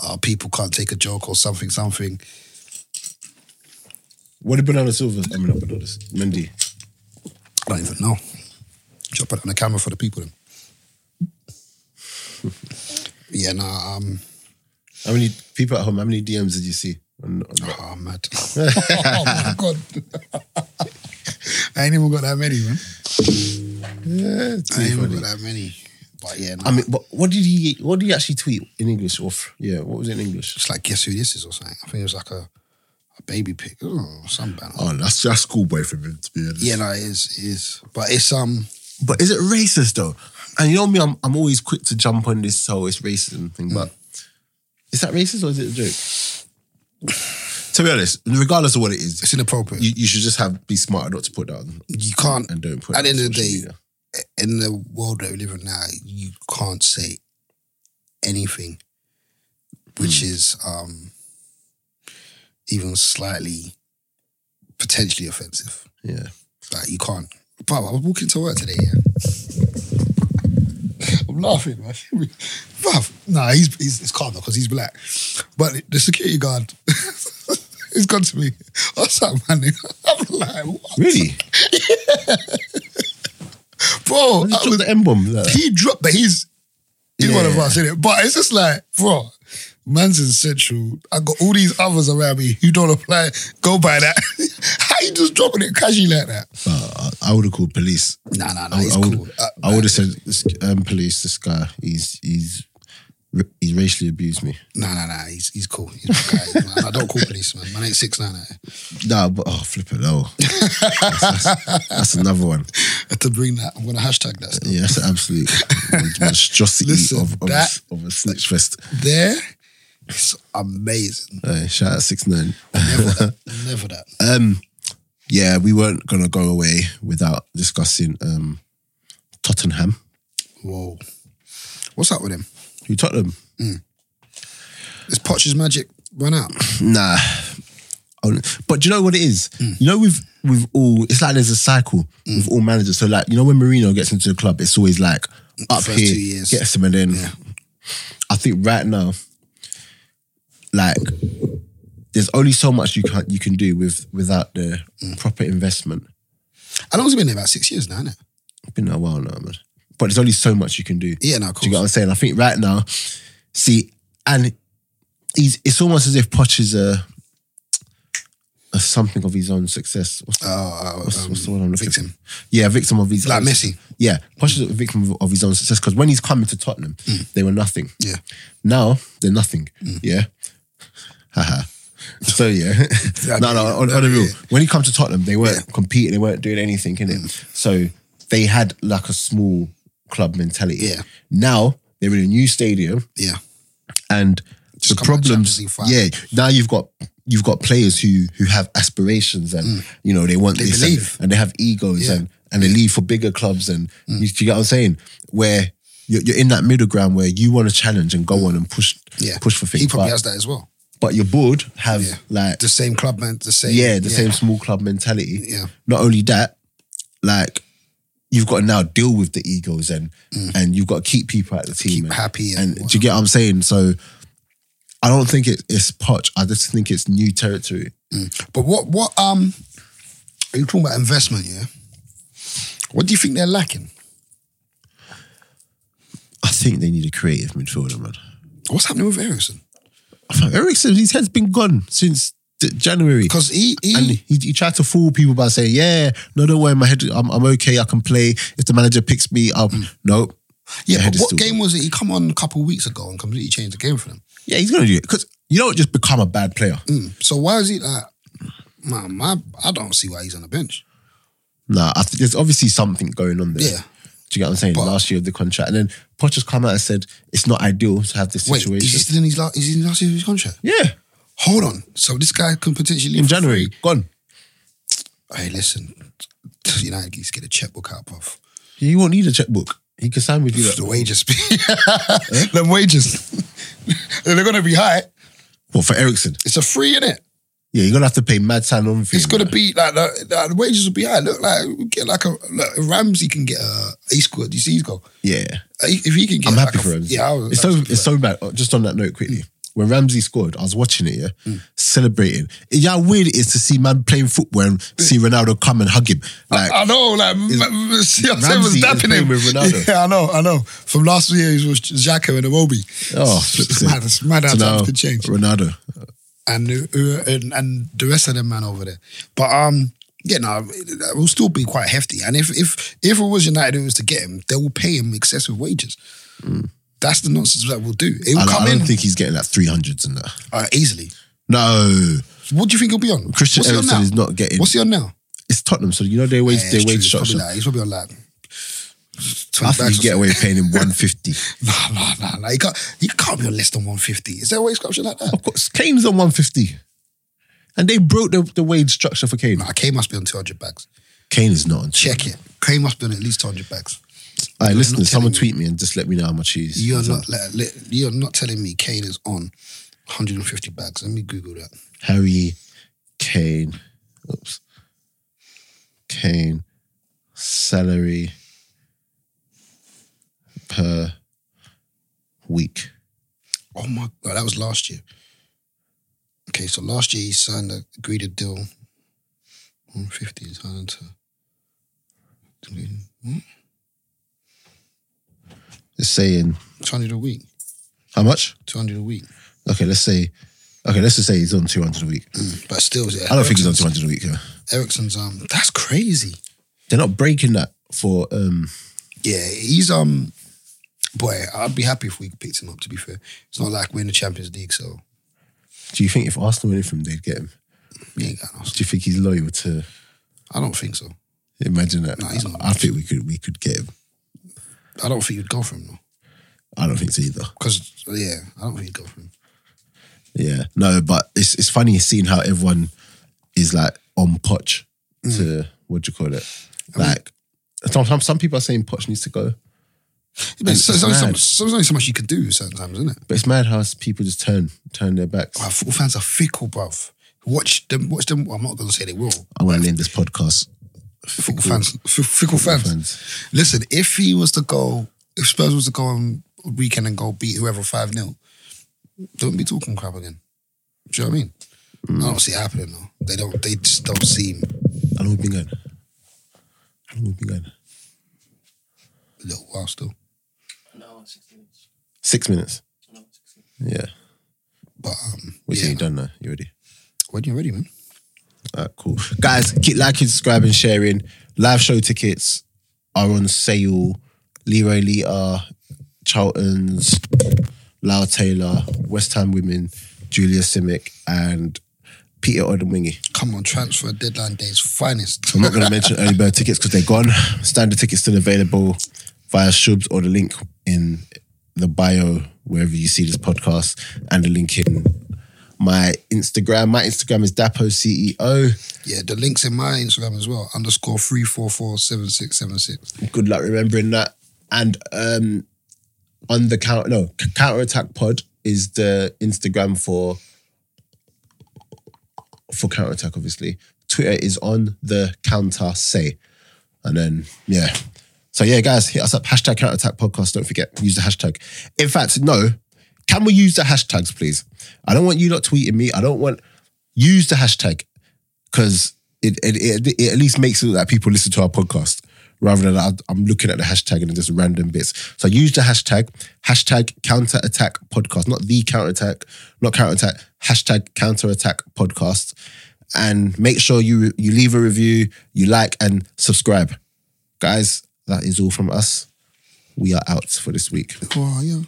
B: Oh, people can't take a joke or something, something.
A: What did banana silver? I mean, not banana. Mendy.
B: I don't even know. Should I put it on the camera for the people then? yeah, nah, um,
A: How many people at home? How many DMs did you see? On, on that?
B: oh, I'm mad. oh my god. I ain't even got that many, man. I ain't even got that many. But yeah, nah,
A: I mean, but what did he? What did he actually tweet in English? Or fr- yeah, what was it in English?
B: it's like guess who this is or something. I think it was like a, a baby pic. Oh, some banner.
A: Oh, that's that's schoolboy for him to be honest.
B: Yeah, no, it is, it is. But it's um
A: But is it racist though? And you know me, I'm I'm always quick to jump on this whole it's racism thing, but is that racist or is it a joke? to be honest, regardless of what it is,
B: it's inappropriate.
A: you, you should just have be smarter not to put that on
B: you can't
A: and don't put
B: at
A: it on
B: the end of the
A: social
B: day
A: media.
B: in the world that we live in now you can't say anything which
A: Hmm.
B: is um even slightly potentially offensive
A: Yeah.
B: like you can't bro I was walking to work today yeah I'm laughing man bruv nah he's, he's it's calm because he's black but the security guard he's gone to me what's up man I'm like what
A: Really?
B: bro
A: I just
B: I was-
A: dropped the M bomb.
B: he dropped, but he's he's one of
A: Yeah.
B: us, isn't it? But it's just like, bro, Man's in Central. I got all these others around me who don't apply. Go by that. How you just dropping it casually like that?
A: Uh, I, I would have called police.
B: Nah, nah, nah.
A: I,
B: it's
A: I would,
B: cool. Uh,
A: I would have said, this, um, "Police, this guy, he's he's ra- he's racially abused me."
B: nah, nah, nah. He's he's cool. He's my guy. man. I don't call police, man. Man ain't six nine.
A: No, but oh, flip it, oh, that's, that's- that's another one.
B: To bring that, I'm gonna hashtag that. Stuff.
A: Yeah, that's an absolute monstrosity
B: Listen,
A: of, of,
B: that-
A: a, of a snitch fest.
B: There, it's amazing.
A: Uh, shout out six nine.
B: Never that. Never that.
A: Um, yeah, we weren't gonna go away without discussing um, Tottenham.
B: Whoa. What's up with him?
A: Who Tottenham?
B: Is Poch's magic run out?
A: Nah. Oh, But do you know what it is?
B: Mm.
A: You know, with with all, it's like there's a cycle with all managers. So like, you know, when Marino gets into the club, it's always like up
B: First
A: here,
B: two years.
A: get some, and then I think right now, like, there's only so much you can you can do with without the
B: Mm.
A: proper investment.
B: I know he's been there about six years now, isn't it?
A: It's been a while now, man. But there's only so much you can do.
B: Yeah, no, of
A: Do you get what
B: course.
A: I'm saying? I think right now, see, and he's it's almost as if Poch is a, a something of his own success. What's the,
B: Uh,
A: what's,
B: um,
A: what's the word I'm looking
B: victim.
A: For? Yeah, victim of his
B: Like
A: own-
B: Messi.
A: Yeah, Poch is a victim of- of his own success because when he's coming to Tottenham,
B: Mm.
A: they were nothing.
B: Yeah.
A: Now they're nothing. Yeah. Haha. So yeah, no, no. On, on the real, when he comes to Tottenham, they weren't competing, they weren't doing anything in it. So they had like a small club mentality.
B: Yeah.
A: Now they're in a new stadium,
B: Yeah.
A: and
B: Just
A: the
B: come out of
A: problems.
B: Champions League
A: Yeah.
B: final.
A: Now you've got you've got players who who have aspirations and you know they want
B: Mm. They
A: this
B: believe.
A: and, and they have egos
B: Yeah. Mm.
A: and and they leave for bigger clubs and you, you get what I'm saying where. You're you're in that middle ground where you want to challenge and go on and push,
B: Yeah.
A: push for things.
B: He probably
A: but-
B: has that as well.
A: but your board have
B: Yeah.
A: like
B: The same club man, the same.
A: yeah the same small club mentality.
B: Yeah.
A: Not only that, like you've got to now deal with the egos and and you've got to keep people at the team
B: Mm. Keep
A: and,
B: happy and
A: and do you get what I'm saying? So I don't think it, it's potch. I just think it's new territory.
B: But what what um are you talking about investment, yeah? What do you think they're lacking?
A: I think they need a creative midfielder, man.
B: What's happening with Ericsson?
A: Ericsson, his head's been gone since d- January.
B: Because he, he
A: And he, he tried to fool people by saying, "Yeah, no, don't worry, my head, I'm, I'm okay, I can play. If the manager picks me up, nope." Your
B: Mm. yeah,
A: head
B: but
A: is
B: what
A: still
B: game was it? He come on a couple of weeks ago and completely changed the game for them.
A: Yeah, he's gonna do it because you don't just become a bad player.
B: Mm. So why is he like my my I don't see why he's on the bench.
A: Nah, I think there's obviously something going on there.
B: Yeah.
A: Do you get what I'm saying?
B: But-
A: last year of the contract, and then Potter's come out and said it's not ideal to have this
B: Wait,
A: situation.
B: is he still in his last is he in last year of his contract?
A: yeah,
B: Hold on. So this guy can potentially
A: in January, gone.
B: Hey, listen, United needs to get a checkbook out of
A: He won't need a checkbook. He can sign with you.
B: the wages.
A: Eh?
B: Them wages. They're gonna be high.
A: Well, for Ericsson,
B: It's a free, innit?
A: yeah, you're gonna have to pay mad sign on fees.
B: It's gonna be like the, the- the wages will be high. Look, like we get like a look, Ramsey can get a he scored. You see, he's got
A: Yeah,
B: if he can get.
A: I'm
B: like
A: happy
B: a-
A: for him.
B: Yeah, I was,
A: it's so it's so bad. Oh, Just on that note, quickly.
B: Mm.
A: When Ramsey scored, I was watching it, yeah, celebrating. Yeah, how weird it is to see man playing football and see Ronaldo come and hug him. Like,
B: I know, like
A: Is-
B: see, I said, was
A: Ramsey is
B: dapping
A: playing
B: him.
A: with Ronaldo.
B: Yeah, I know, I know. From last year, it was Xhaka and Iwobi.
A: oh,
B: it's
A: flips it.
B: mad, it's mad how
A: So now,
B: times could change.
A: Ronaldo,
B: and uh, and and the rest of them man over there. But um, yeah, no, it will still be quite hefty. And if if if it was United who was to get him, they will pay him excessive wages. That's the nonsense that we'll do. It will
A: Mm. I, don't-
B: come
A: I don't
B: in
A: think he's getting like three hundreds and that.
B: uh, easily.
A: No,
B: What do you think he'll be on?
A: Christian
B: What's he on
A: Eriksen
B: now?
A: is not getting.
B: What's he on now?
A: it's Tottenham, so you know their wage
B: Yeah,
A: their
B: it's true.
A: wage
B: It's probably
A: structure.
B: like- He's probably on like.
A: I
B: 20
A: think
B: bags
A: you get
B: or
A: away with paying him one fifty.
B: something. Nah, nah, nah, nah. He can't, he can't be on less than 150. Is there a wage structure like that?
A: Of course, Kane's on one fifty, and they broke the, the wage structure for Kane.
B: Nah, K must be on 200 bags.
A: Kane is not on.
B: Check it. K must be on at least 200 bags.
A: All right, listen,
B: not
A: someone
B: telling
A: tweet me and just let me know how much he's.
B: You're
A: he's
B: not
A: on.
B: like, li- you're not telling me Kane is on 150 bags. Let me Google that.
A: Harry Kane. Oops. Kane salary per week.
B: Oh my god, that was last year. Okay, so last year he signed a agreed a deal. 150 is signed to.
A: It's saying
B: 200 a week.
A: how much?
B: 200 a week.
A: Okay, let's say. Okay, let's just say he's on 200 a week.
B: But still, yeah,
A: I don't think he's on 200 a week. Yeah.
B: Ericsson's um, that's crazy.
A: They're not breaking that for. um
B: Yeah, he's um, boy, I'd be happy if we picked him up. To be fair, it's not like we're in the Champions League, so
A: Do you think if Arsenal win it from, they'd get him?
B: we ain't got no-
A: Do you think he's loyal to?
B: I don't think so.
A: Imagine that.
B: he's not.
A: I think we could we could get him.
B: I don't think you'd go for him though,
A: I don't think so either.
B: because yeah, I don't think you'd go for him.
A: Yeah, no, but it's it's funny seeing how everyone is like on Poch
B: Hmm.
A: to what do you call it? Like some some, some people are saying Poch needs to go,
B: But it's, there's, only so,
A: mad.
B: much- there's only so much you can do sometimes, isn't it?
A: but it's mad how people just turn turn their backs.
B: Our football fans are fickle, bruv. Watch them. Watch them. I'm not going to say they will.
A: I'm gonna name this podcast.
B: Fickle, fans. F- fickle fans.
A: fans.
B: Listen, if he was to go, if Spurs was to go on weekend and go beat whoever 5 0, don't be talking crap again. Do you know what I mean?
A: Hmm.
B: I don't see it happening though. They don't. They just don't seem
A: How long we been going? How long we been going?
B: a little while still.
A: Six minutes. Yeah,
B: But um,
A: we
B: yeah.
A: you done now. You ready?
B: when you're ready, man.
A: All right, cool. Guys, keep liking, subscribing, sharing. Live show tickets are on sale. Leroy Lita, Charlton's, Lau Taylor, West Ham Women, Julia Simic, and Peter Odemwingie.
B: Come on, transfer deadline day's finest.
A: I'm not going to mention early bird tickets because they're gone. Standard tickets still available via Shubs or the link in the bio wherever you see this podcast and the link in my Instagram. My Instagram is Dapo E CEO.
B: yeah, the link's in my Instagram as well. Underscore three four four seven six seven six.
A: good luck remembering that. And um, on the counter, no, counter attack pod is the Instagram for for counter attack, obviously. Twitter is on the counter say, and then yeah. So yeah, guys, hit us up hashtag counter attack podcast. Don't forget use the hashtag. In fact, no, can we use the hashtags, please? I don't want you not tweeting me. I don't want use the hashtag because it it, it it at least makes it that people listen to our podcast rather than I, I'm looking at the hashtag and just random bits. So use the hashtag hashtag counter attack podcast, not the counter attack, not counter attack hashtag counter attack podcast, and make sure you you leave a review, you like and subscribe, guys. That is all from us. We are out for this week.
B: Oh yeah.